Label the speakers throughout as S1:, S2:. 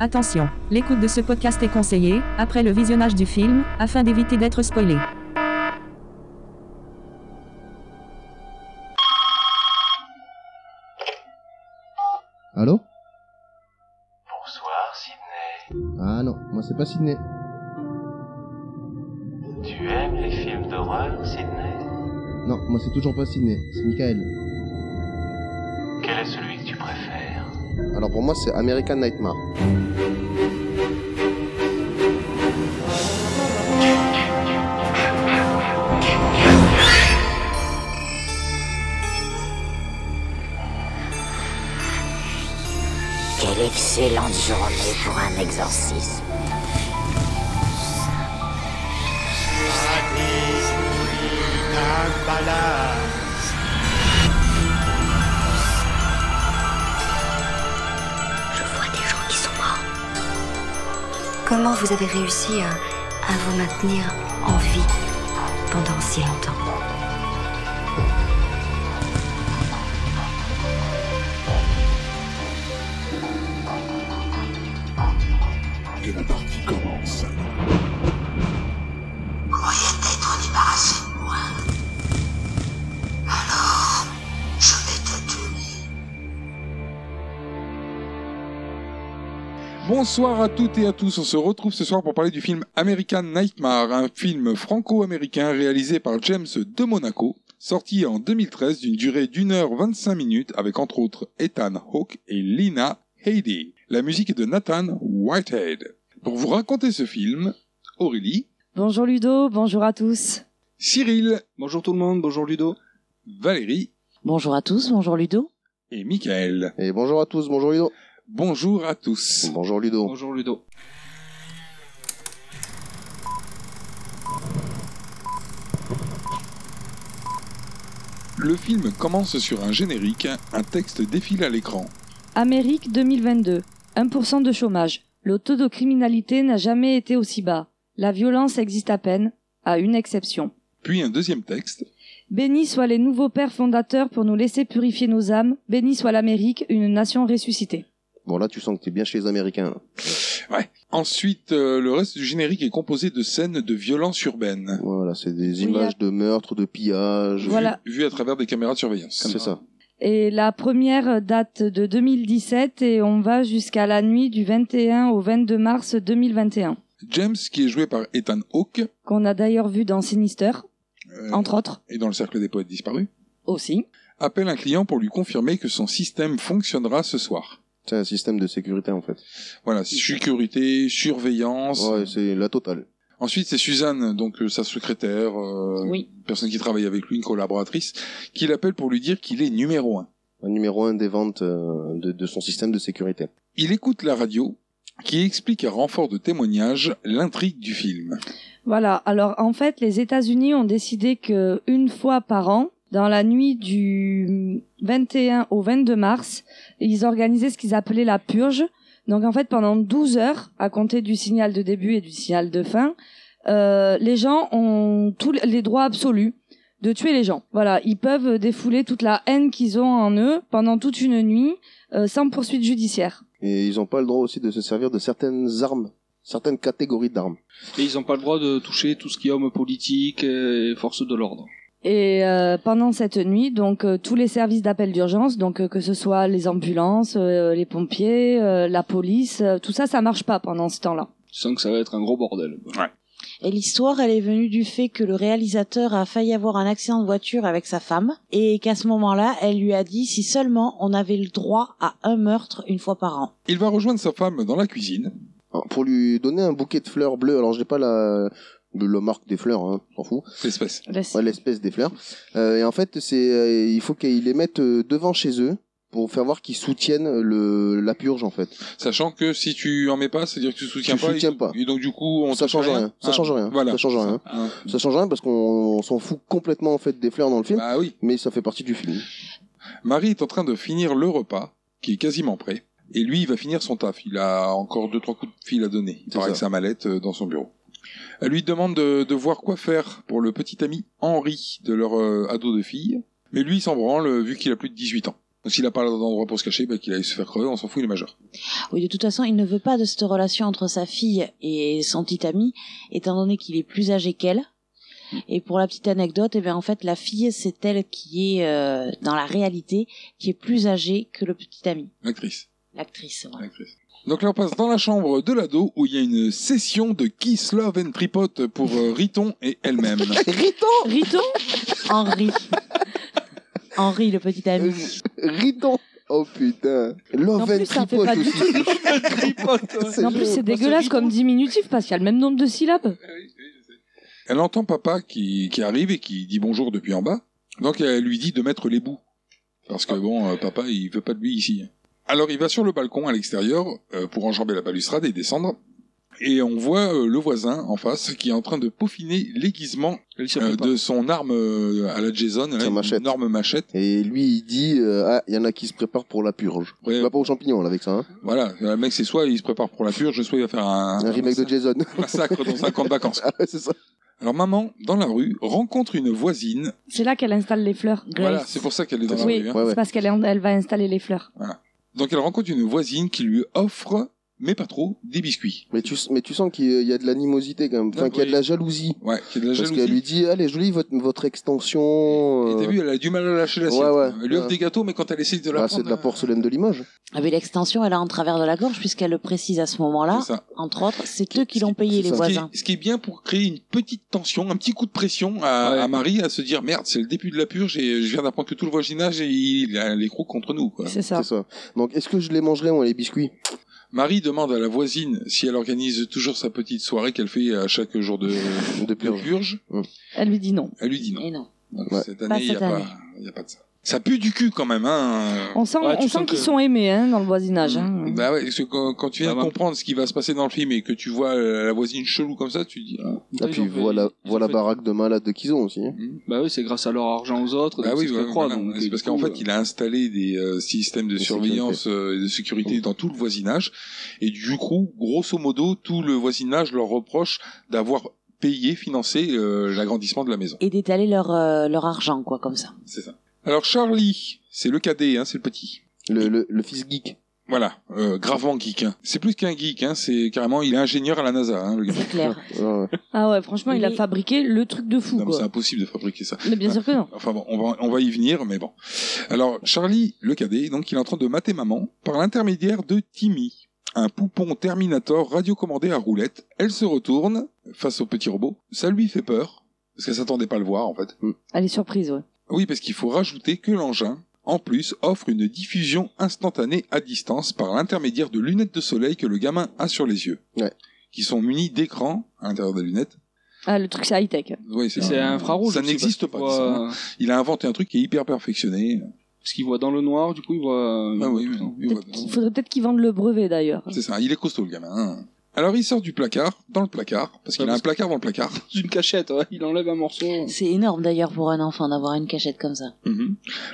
S1: Attention, l'écoute de ce podcast est conseillée, après le visionnage du film, afin d'éviter d'être spoilé.
S2: Allô
S3: Bonsoir Sydney.
S2: Ah non, moi c'est pas Sydney.
S3: Tu aimes les films d'horreur Sydney
S2: Non, moi c'est toujours pas Sydney, c'est Michael.
S3: Quel est celui que tu préfères
S2: Alors pour moi c'est American Nightmare.
S4: Quelle excellente journée pour un exorcisme. Je vois des gens qui sont morts.
S5: Comment vous avez réussi à, à vous maintenir en vie pendant si longtemps
S6: Et la partie commence.
S4: Croyez t'être débarrassé de moi. Alors, je vais te tuer.
S6: Bonsoir à toutes et à tous. On se retrouve ce soir pour parler du film American Nightmare, un film franco-américain réalisé par James de Monaco, sorti en 2013 d'une durée d'une heure 25 minutes avec entre autres Ethan Hawke et Lina Headey. La musique est de Nathan Whitehead. Pour vous raconter ce film, Aurélie,
S7: Bonjour Ludo, bonjour à tous.
S6: Cyril,
S8: Bonjour tout le monde, bonjour Ludo.
S6: Valérie
S9: Bonjour à tous, bonjour Ludo.
S6: et Michael.
S2: Et bonjour à tous, bonjour Ludo.
S6: Bonjour à tous.
S2: Bonjour Ludo.
S8: Bonjour Ludo.
S6: Le film commence sur un générique, un texte défile à l'écran.
S7: Amérique 2022. 1% de chômage. Le taux de criminalité n'a jamais été aussi bas. La violence existe à peine, à une exception.
S6: Puis un deuxième texte,
S7: Bénis soient les nouveaux pères fondateurs pour nous laisser purifier nos âmes. Béni soit l'Amérique, une nation ressuscitée.
S2: Bon là tu sens que t'es bien chez les Américains.
S6: Ensuite, euh, le reste du générique est composé de scènes de violence urbaine,
S2: Voilà, c'est des
S7: Oui,
S2: images de meurtres, de pillages.
S7: Voilà.
S6: vues à travers des caméras de surveillance.
S2: C'est ça.
S7: Et la première date de 2017 et on va jusqu'à la nuit du 21 au 22 mars 2021.
S6: James, qui est joué par Ethan Hawke,
S7: Qu'on a d'ailleurs vu dans Sinister,
S6: euh,
S7: entre autres,
S6: et dans le cercle des poètes disparus,
S7: aussi.
S6: appelle un client pour lui confirmer que son système fonctionnera ce soir.
S2: C'est un système de sécurité en fait.
S6: Voilà, sécurité, surveillance.
S2: Ouais, c'est la totale.
S6: Ensuite, c'est Suzanne, donc euh, sa secrétaire, euh,
S7: Oui.
S6: une personne qui travaille avec lui, une collaboratrice, qui l'appelle pour lui dire qu'il est numéro un.
S2: Un numéro un des ventes euh, de, de son système de sécurité.
S6: Il écoute la radio, qui explique à renfort de témoignages l'intrigue du film.
S7: Voilà. Alors en fait, les États-Unis ont décidé que une fois par an, dans la nuit du 21 au 22 mars, ils organisaient ce qu'ils appelaient la purge. Donc en fait, pendant 12 heures, à compter du signal de début et du signal de fin, euh, les gens ont tous les droits absolus de tuer les gens. Voilà, ils peuvent défouler toute la haine qu'ils ont en eux pendant toute une nuit euh, sans poursuite judiciaire.
S2: Et ils ont pas le droit aussi de se servir de certaines armes, certaines catégories d'armes.
S8: Et ils n'ont pas le droit de toucher tout ce qui est homme politique et force de l'ordre.
S7: Et euh, pendant cette nuit, donc euh, tous les services d'appel d'urgence, donc euh, que ce soit les ambulances, euh, les pompiers, euh, la police, euh, tout ça, ça marche pas pendant ce temps-là.
S8: Tu sens que ça va être un gros bordel. quoi.
S9: Et l'histoire, elle est venue du fait que le réalisateur a failli avoir un accident de voiture avec sa femme et qu'à ce moment-là, elle lui a dit si seulement on avait le droit à un meurtre une fois par an.
S6: Il va rejoindre sa femme dans la cuisine.
S2: Alors, pour lui donner un bouquet de fleurs bleues, alors j'ai pas la, la marque des fleurs, hein, s'en fout.
S6: L'espèce.
S2: Ouais, l'espèce des fleurs. Euh, et en fait, c'est euh, il faut qu'ils les mettent euh, devant chez eux pour faire voir qu'ils soutiennent euh, le la purge en fait.
S6: Sachant que si tu en mets pas, c'est-à-dire que tu soutiens
S2: Tu
S6: pas.
S2: soutiens
S6: et,
S2: pas.
S6: Et donc, du coup, on
S2: ça
S6: te
S2: change
S6: fait
S2: rien. Ça
S6: Ah,
S2: change rien.
S6: Voilà.
S2: Ça change rien.
S8: Ah.
S2: Ça change rien parce qu'on on s'en fout complètement en fait des fleurs dans le film,
S6: Bah oui.
S2: mais ça fait partie du film.
S6: Marie est en train de finir le repas, qui est quasiment prêt. Et lui, il va finir son taf. Il a encore deux, trois coups de fil à donner. Il
S2: C'est
S6: part avec
S2: ça.
S6: sa mallette euh, dans son bureau. Elle lui demande de, de voir quoi faire pour le petit ami Henri de leur euh, ado de fille. Mais lui, il s'en branle, euh, vu qu'il a plus de 18 ans. Donc s'il n'a pas d'endroit pour se cacher, ben, qu'il aille se faire crever, on s'en fout, il est majeur.
S9: Oui, de toute façon, il ne veut pas de cette relation entre sa fille et son petit ami, étant donné qu'il est plus âgé qu'elle. Et pour la petite anecdote, eh bien, en fait, la fille, c'est elle qui est, euh, dans la réalité, qui est plus âgée que le petit ami,
S6: L'actrice.
S9: l'actrice. voilà.
S6: L'actrice. Donc là, on passe dans la chambre de l'ado où il y a une session de Kiss, Love and Tripod pour euh, Riton et elle-même.
S2: Riton
S7: Oh,
S9: Riton Henri. Henri, le petit
S2: Euh,
S9: ami.
S2: Riton Oh putain Love
S7: En
S2: and
S7: plus, ça fait
S2: Tripod
S7: pas du
S2: aussi. C'est
S7: En plus,
S2: chaud.
S7: c'est dégueulasse comme diminutif parce qu'il y a le même nombre de syllabes.
S6: Elle entend papa qui, qui arrive et qui dit bonjour depuis en bas. Donc elle lui dit de mettre les bouts. Parce
S8: Ah.
S6: que bon, euh, papa, il veut pas de lui ici. Alors il va sur le balcon à l'extérieur euh, pour enjamber la balustrade et descendre. Et on voit euh, le voisin en face qui est en train de peaufiner l'aiguisement
S8: Elle s'y
S6: euh,
S8: prépare.
S6: de son arme euh, à la Jason, là,
S2: Sa
S6: une
S2: machette.
S6: énorme machette.
S2: Et lui, il dit euh, Ah, il y en a qui se préparent pour la purge.
S6: Ouais.
S2: Il va pas aux champignons là, avec ça. Hein.
S6: Voilà, le mec c'est soit il se prépare pour la purge, soit il va faire un,
S2: Un remake de Jason.
S6: massacre dans un camp de vacances.
S2: ah, ouais, c'est ça.
S6: Alors maman, dans la rue, rencontre une voisine.
S7: C'est là qu'elle installe les fleurs.
S6: Voilà, c'est pour ça qu'elle est dans la
S7: Oui.
S6: rue. hein.
S2: Ouais, ouais.
S7: C'est parce qu'elle est en- elle va installer les fleurs.
S6: Donc elle rencontre une voisine qui lui offre, mais pas trop, des biscuits.
S2: Mais, tu, mais tu sens qu'il y a de l'animosité quand même. Enfin,
S6: Ah,
S2: qu'il y a
S6: oui.
S2: de la jalousie.
S6: Ouais, qui est de la
S2: Parce
S6: jalousie.
S2: qu'elle lui dit Allez, jolie votre, votre extension.
S6: Et
S2: euh,
S6: t'as vu, elle a du mal à lâcher l'assiette.
S2: Ouais, ouais.
S6: Elle lui offre
S2: Ouais.
S6: des gâteaux, mais quand elle essaye de la
S2: ah,
S6: prendre,
S2: c'est de la
S6: euh,
S2: porcelaine de Limoges.
S9: Ah, mais l'extension, elle a en travers de la gorge, puisqu'elle le précise à ce moment-là.
S6: c'est ça.
S9: Entre autres, c'est eux qui l'ont
S2: c'est-
S9: payé,
S2: c'est
S9: les
S2: ça.
S6: Ce qui,
S9: voisins.
S6: est, ce qui est bien pour créer une petite tension, un petit coup de pression à,
S8: Ouais.
S6: à Marie, à se dire merde, c'est le début de la purge et je viens d'apprendre que tout le voisinage il a les crocs contre nous. Quoi.
S7: C'est ça.
S2: C'est ça. Donc, est-ce que je les mangerai, moi, les biscuits
S6: Marie demande à la voisine si elle organise toujours sa petite soirée qu'elle fait à chaque jour de,
S2: De purge.
S6: de purge.
S7: Elle lui dit non.
S6: Elle lui dit non.
S9: Et non.
S6: Donc,
S2: Ouais.
S6: Cette
S9: Pas
S6: année, il n'y
S9: cette
S6: a, pas-
S9: année.
S6: y a pas de ça. Ça pue du cul quand même. Hein.
S7: On sent,
S8: Ouais, tu
S7: on
S8: sens
S7: sent qu'ils
S8: que-
S7: sont aimés hein, dans le voisinage. hein.
S6: Bah ouais, parce que quand, quand tu viens
S8: Bah
S6: de
S8: ouais.
S6: comprendre ce qui va se passer dans le film et que tu vois euh, la voisine chelou comme ça, tu te dis. Ah,
S2: Et
S8: Putain, ils
S2: puis,
S8: ont fait-
S2: voilà,
S8: ils ont
S2: voilà
S8: fait-
S2: baraque de malades qu'ils ont aussi. hein.
S8: Bah oui, c'est grâce à leur argent aux autres.
S6: bah
S8: donc
S6: oui,
S8: c'est ce qu'elle
S6: voilà,
S8: croit,
S6: voilà.
S8: donc,
S6: c'est
S8: du
S6: parce
S8: coup,
S6: qu'en
S8: euh,
S6: fait, il a installé des euh, systèmes de,
S2: De
S6: surveillance euh, et de sécurité dans tout le voisinage. Et du coup, grosso modo, tout le voisinage leur reproche d'avoir payé, financé euh, l'agrandissement de la maison.
S9: Et d'étaler leur, euh, leur argent, quoi, comme ça.
S6: C'est ça. Alors Charlie, c'est le cadet, hein, c'est le petit.
S2: Le, le, le fils geek.
S6: Voilà, euh, gravement geek. hein. C'est plus qu'un geek, hein, c'est carrément, il est ingénieur à la NASA, hein, le gars.
S9: C'est clair.
S2: Ouais, ouais.
S7: Ah ouais, franchement, il a
S9: Mais-
S7: fabriqué le truc de fou.
S6: Non, mais
S7: quoi.
S6: c'est impossible de fabriquer ça.
S7: Mais bien sûr que non.
S6: Enfin bon, on va, on va y venir, mais bon. Alors, Charlie, le cadet, donc, il est en train de mater maman par l'intermédiaire de Timmy, un poupon Terminator radiocommandé à roulette. Elle se retourne face au petit robot. Ça lui fait peur, parce qu'elle s'attendait pas à le voir, en fait.
S7: Elle est surprise, ouais.
S6: Oui, parce qu'il faut rajouter que l'engin, en plus, offre une diffusion instantanée à distance par l'intermédiaire de lunettes de soleil que le gamin a sur les yeux.
S2: Ouais.
S6: Qui sont munis d'écrans à l'intérieur des lunettes.
S7: Ah, le truc, c'est high-tech.
S6: Oui,
S8: C'est infrarouge.
S6: Ça
S8: je sais
S6: n'existe
S8: ce
S6: pas.
S8: qu'il euh, voit,
S6: ça. Il a inventé un truc qui est hyper perfectionné.
S8: Parce qu'il voit dans le noir, du coup, euh, il voit.
S6: Ah oui, oui, oui,
S7: Peut-être
S6: oui.
S7: qu'il- faudrait peut-être qu'ils vendent le brevet d'ailleurs.
S6: C'est ça, il est costaud le gamin. hein. Alors il sort du placard, dans le placard, parce qu'il
S8: Ouais,
S6: a un
S8: parce
S6: placard dans le placard.
S8: Une cachette, ouais, il enlève un morceau.
S9: C'est énorme, d'ailleurs, pour un enfant d'avoir une cachette comme ça.
S8: Mhm.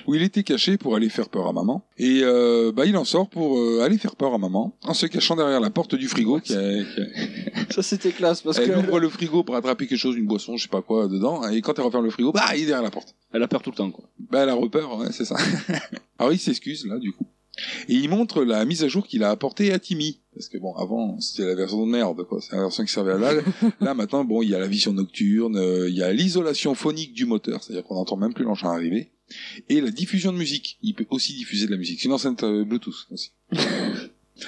S6: où il était caché pour aller faire peur à maman. Et euh, bah, il en sort pour euh, aller faire peur à maman, en se cachant derrière la porte du frigo. qui a- qui a-
S8: Ça, c'était classe parce
S6: elle
S8: qu'elle
S6: ouvre le frigo pour attraper quelque chose, une boisson, je sais pas quoi, dedans. Et quand elle referme le frigo, bah, il est derrière la porte.
S8: elle a peur tout le temps, quoi.
S6: Bah, elle a repeur, ouais, c'est ça. Alors il s'excuse, là, du coup. Et il montre la mise à jour qu'il a apportée à Timmy. Parce que bon, avant, c'était la version de merde, quoi. C'est la version qui servait à dalle. Là, maintenant, bon, il y a la vision nocturne, euh, il y a l'isolation phonique du moteur, c'est-à-dire qu'on n'entend même plus l'engin arriver. Et la diffusion de musique. Il peut aussi diffuser de la musique. C'est une enceinte euh, Bluetooth, aussi.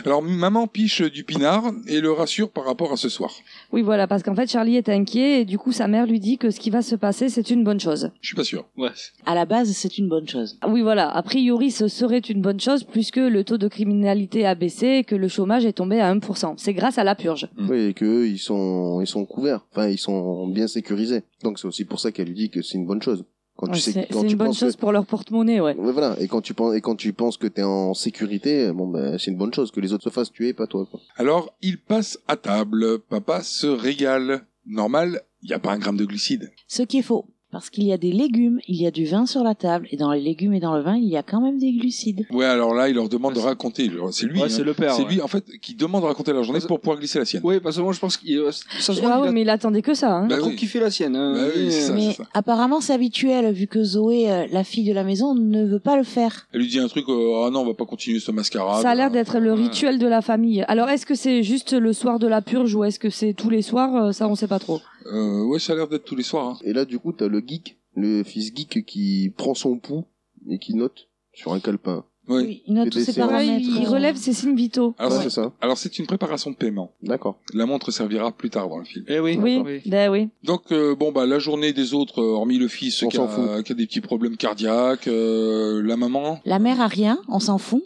S6: Alors, maman piche du pinard et le rassure par rapport à ce soir.
S7: Oui, voilà, parce qu'en fait, Charlie est inquiet et du coup, sa mère lui dit que ce qui va se passer, c'est une bonne chose.
S6: Je suis pas sûr.
S8: Ouais.
S9: À la base, c'est une bonne chose.
S7: Ah Oui, voilà, a priori, ce serait une bonne chose puisque le taux de criminalité a baissé et que le chômage est tombé à 1%. C'est grâce à la purge.
S2: Oui, et qu'eux, ils sont, ils sont couverts. Enfin, ils sont bien sécurisés. Donc, c'est aussi pour ça qu'elle lui dit que c'est une bonne chose. Quand
S7: Ouais,
S2: tu sais,
S7: c'est
S2: quand
S7: c'est
S2: tu
S7: une bonne
S2: penses
S7: chose
S2: que-
S7: pour leur porte-monnaie, ouais.
S2: Ouais, voilà. Et quand tu penses, et quand tu penses que t'es en sécurité, bon, ben, c'est une bonne chose que les autres se fassent tuer, pas toi, quoi.
S6: Alors, il passe à table. Papa se régale. Normal, il n'y a pas un gramme de glucides.
S9: Ce qui est faux. Parce qu'il y a des légumes, il y a du vin sur la table, et dans les légumes et dans le vin, il y a quand même des glucides.
S6: Ouais, alors là, il leur demande de raconter. leur- C'est lui,
S8: Ouais,
S6: hein.
S8: c'est le père.
S6: C'est
S8: ouais.
S6: lui, en fait, qui demande de raconter la journée pour pouvoir glisser la sienne.
S8: Oui, parce que moi je pense qu'il euh, ça se voit,
S7: Ah
S8: il a-
S7: ouais, mais il attendait que ça. Hein.
S8: il a
S6: Bah
S8: trop
S6: oui.
S8: kiffé la sienne. hein.
S6: Bah oui,
S8: Et,
S6: c'est
S8: euh,
S6: ça.
S9: Mais apparemment, c'est habituel, vu que Zoé, euh, la fille de la maison, ne veut pas le faire.
S6: Elle lui dit un truc, euh, ah non, on va pas continuer ce euh, mascara.
S7: Ça a l'air d'être le
S6: Ouais.
S7: rituel de la famille. Alors, est-ce que c'est juste le soir de la purge ou est-ce que c'est tous les soirs euh, Ça, on sait pas trop.
S6: Euh, ouais, ça a l'air d'être tous les soirs. hein.
S2: Et là, du coup, t'as le geek, le fils geek qui prend son pouls et qui note sur un calepin.
S6: Ouais.
S9: Oui, il note
S2: Et
S9: tous
S2: des
S9: ses
S2: séances.
S9: paramètres.
S7: Ouais, Ah, il il
S9: euh,
S7: relève ses signes vitaux.
S6: Alors,
S2: ouais,
S6: c'est-
S2: c'est ça.
S6: alors, c'est une préparation de paiement.
S2: D'accord.
S6: La montre servira plus tard dans le film.
S8: Eh oui.
S7: Oui, ben oui.
S6: Donc, euh, bon, bah, la journée des autres, euh, hormis le fils
S2: On
S6: qui
S2: s'en
S6: a,
S2: fout.
S6: qui a des petits problèmes cardiaques, euh, la maman.
S9: La mère a rien, on s'en fout.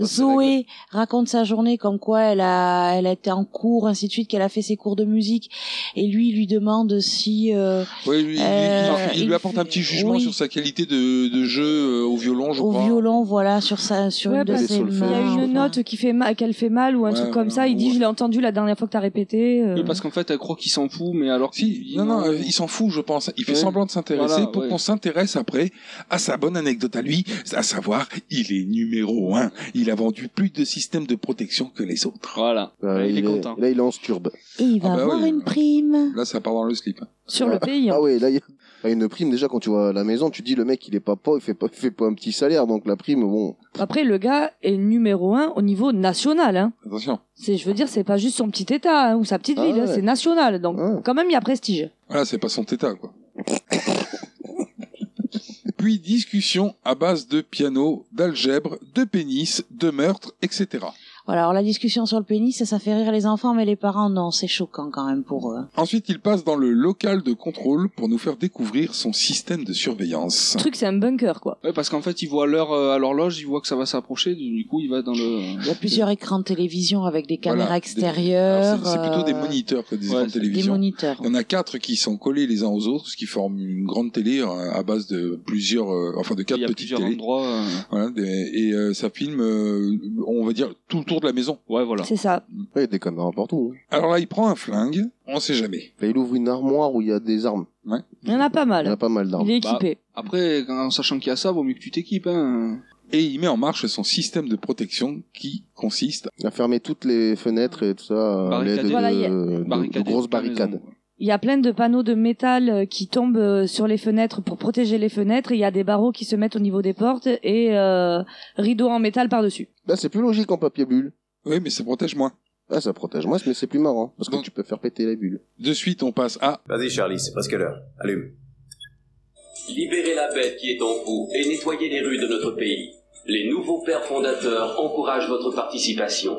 S9: Zoé raconte sa journée comme quoi elle a, elle a été en cours, ainsi de suite, qu'elle a fait ses cours de musique. Et lui, il lui demande si, euh,
S6: Oui, lui, il-
S9: Euh,
S6: il, il lui
S9: il
S6: apporte un petit
S9: fait-
S6: jugement
S9: oui.
S6: sur sa qualité de, de jeu euh, au violon, je
S9: au
S6: crois.
S9: violon, voilà, sur sa, sur
S7: Ouais,
S9: une de
S7: parce
S9: ses
S2: qu'il y a
S7: Il y a
S9: mains,
S7: une
S9: enfin.
S7: note qui fait mal, qu'elle fait mal ou un
S6: Ouais,
S7: truc comme
S6: voilà,
S7: ça. Il dit,
S6: ouais.
S7: je l'ai entendu la dernière fois que t'as répété. euh.
S8: Oui, parce qu'en fait, elle croit qu'il s'en fout, mais alors
S6: Si,
S8: qu'il-
S6: non, non, euh, il s'en fout, je pense. Il fait
S8: Ouais.
S6: semblant de s'intéresser
S8: Voilà,
S6: pour
S8: ouais.
S6: qu'on s'intéresse après à sa bonne anecdote à lui, à savoir, il est numéro un. Il a vendu plus de systèmes de protection que les autres.
S8: Voilà.
S2: Bah,
S8: il, est content.
S2: Là, il est en sturbe.
S9: Et il va
S6: Ah bah
S9: avoir
S6: oui.
S9: une prime.
S6: Là, ça part dans le slip. hein.
S7: Sur le pays. hein.
S2: Ah ouais, là, il y a- il y a une prime. Déjà, quand tu vois la maison, tu dis le mec, il est pas pauvre, il fait pas, il fait pas un petit salaire. Donc la prime, bon.
S7: Après, le gars est numéro un au niveau national. Hein.
S6: Attention.
S7: C'est, je veux dire, c'est pas juste son petit état hein, ou sa petite
S2: Ah
S7: ville, hein,
S2: ouais. Ah
S7: c'est national. Donc,
S2: Ouais.
S7: quand même, il y a prestige.
S6: Voilà, c'est pas son tétat, quoi. Puis discussion à base de piano, d'algèbre, de pénis, de meurtre, etc.
S9: Voilà, alors la discussion sur le pénis, ça, ça fait rire les enfants, mais les parents, non, c'est choquant quand même pour eux.
S6: Ensuite, il passe dans le local de contrôle pour nous faire découvrir son système de surveillance.
S7: Le truc, c'est un bunker, quoi.
S8: Ouais, parce qu'en fait, il voit l'heure euh, à l'horloge, il voit que ça va s'approcher, du coup, il va dans le.
S9: Il y a plusieurs écrans de télévision avec des caméras
S6: Voilà.
S9: extérieures.
S6: Alors, C'est c'est plutôt des
S9: euh,
S6: moniteurs que des
S8: ouais,
S6: écrans de
S8: c'est des
S9: Des
S6: télévision.
S9: moniteurs.
S6: Il y en a quatre qui sont collés les uns aux autres, ce qui forme une grande télé euh, à base de plusieurs, euh, enfin de
S8: Il
S6: quatre
S8: y a
S6: petites
S8: plusieurs
S6: télés.
S8: endroits. euh,
S6: Voilà, des- et euh, ça filme, euh, on va dire, tout le tour de la maison.
S8: Ouais, voilà.
S7: C'est ça.
S2: Ouais, il y a des caméras partout. hein.
S6: Alors là, il prend un flingue, on sait jamais.
S2: Là, il ouvre une armoire où il y a des armes.
S7: Il y en a pas
S2: Il y
S7: mal.
S2: a pas mal d'armes.
S7: Il est équipé.
S8: Après, en sachant qu'il y a ça, vaut mieux que tu t'équipes. Hein.
S6: Et il met en marche son système de protection qui consiste
S2: Il a fermé toutes les fenêtres et tout ça euh, à l'aide
S8: Barricadé.
S2: de,
S7: Voilà, il y a-
S2: euh, de- de
S8: Barricader
S2: grosses
S8: toute la
S2: barricades.
S8: maison, quoi.
S7: Il y a plein de panneaux de métal euh, qui tombent euh, sur les fenêtres pour protéger les fenêtres. et Il y a des barreaux qui se mettent au niveau des portes et euh, rideaux en métal par-dessus.
S2: Là, c'est plus logique en papier bulle.
S6: Oui, mais ça protège moins.
S2: Là, ça protège moins, mais c'est plus marrant hein, parce que
S6: Donc-
S2: tu peux faire péter la bulle.
S6: De suite, on passe à
S10: Vas-y Charlie, c'est presque l'heure. Allume.
S3: Libérez la bête qui est en vous et nettoyez les rues de notre pays. Les nouveaux pères fondateurs encouragent Euh, votre participation.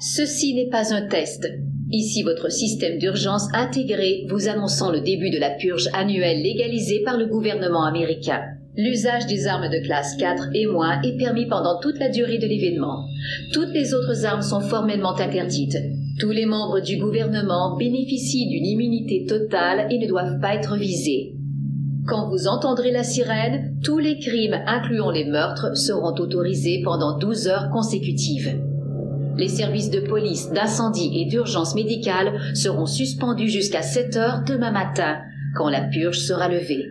S11: Ceci n'est pas un test. Ici votre système d'urgence intégré vous annonçant le début de la purge annuelle légalisée par le gouvernement américain. L'usage des armes de classe 4 et moins est permis pendant toute la durée de l'événement. Toutes les autres armes sont formellement interdites. Tous les membres du gouvernement bénéficient d'une immunité totale et ne doivent pas être visés. Quand vous entendrez la sirène, tous les crimes incluant les meurtres seront autorisés pendant 12 heures consécutives. Les services de police, d'incendie et d'urgence médicale seront suspendus jusqu'à 7 heures demain matin, quand la purge sera levée.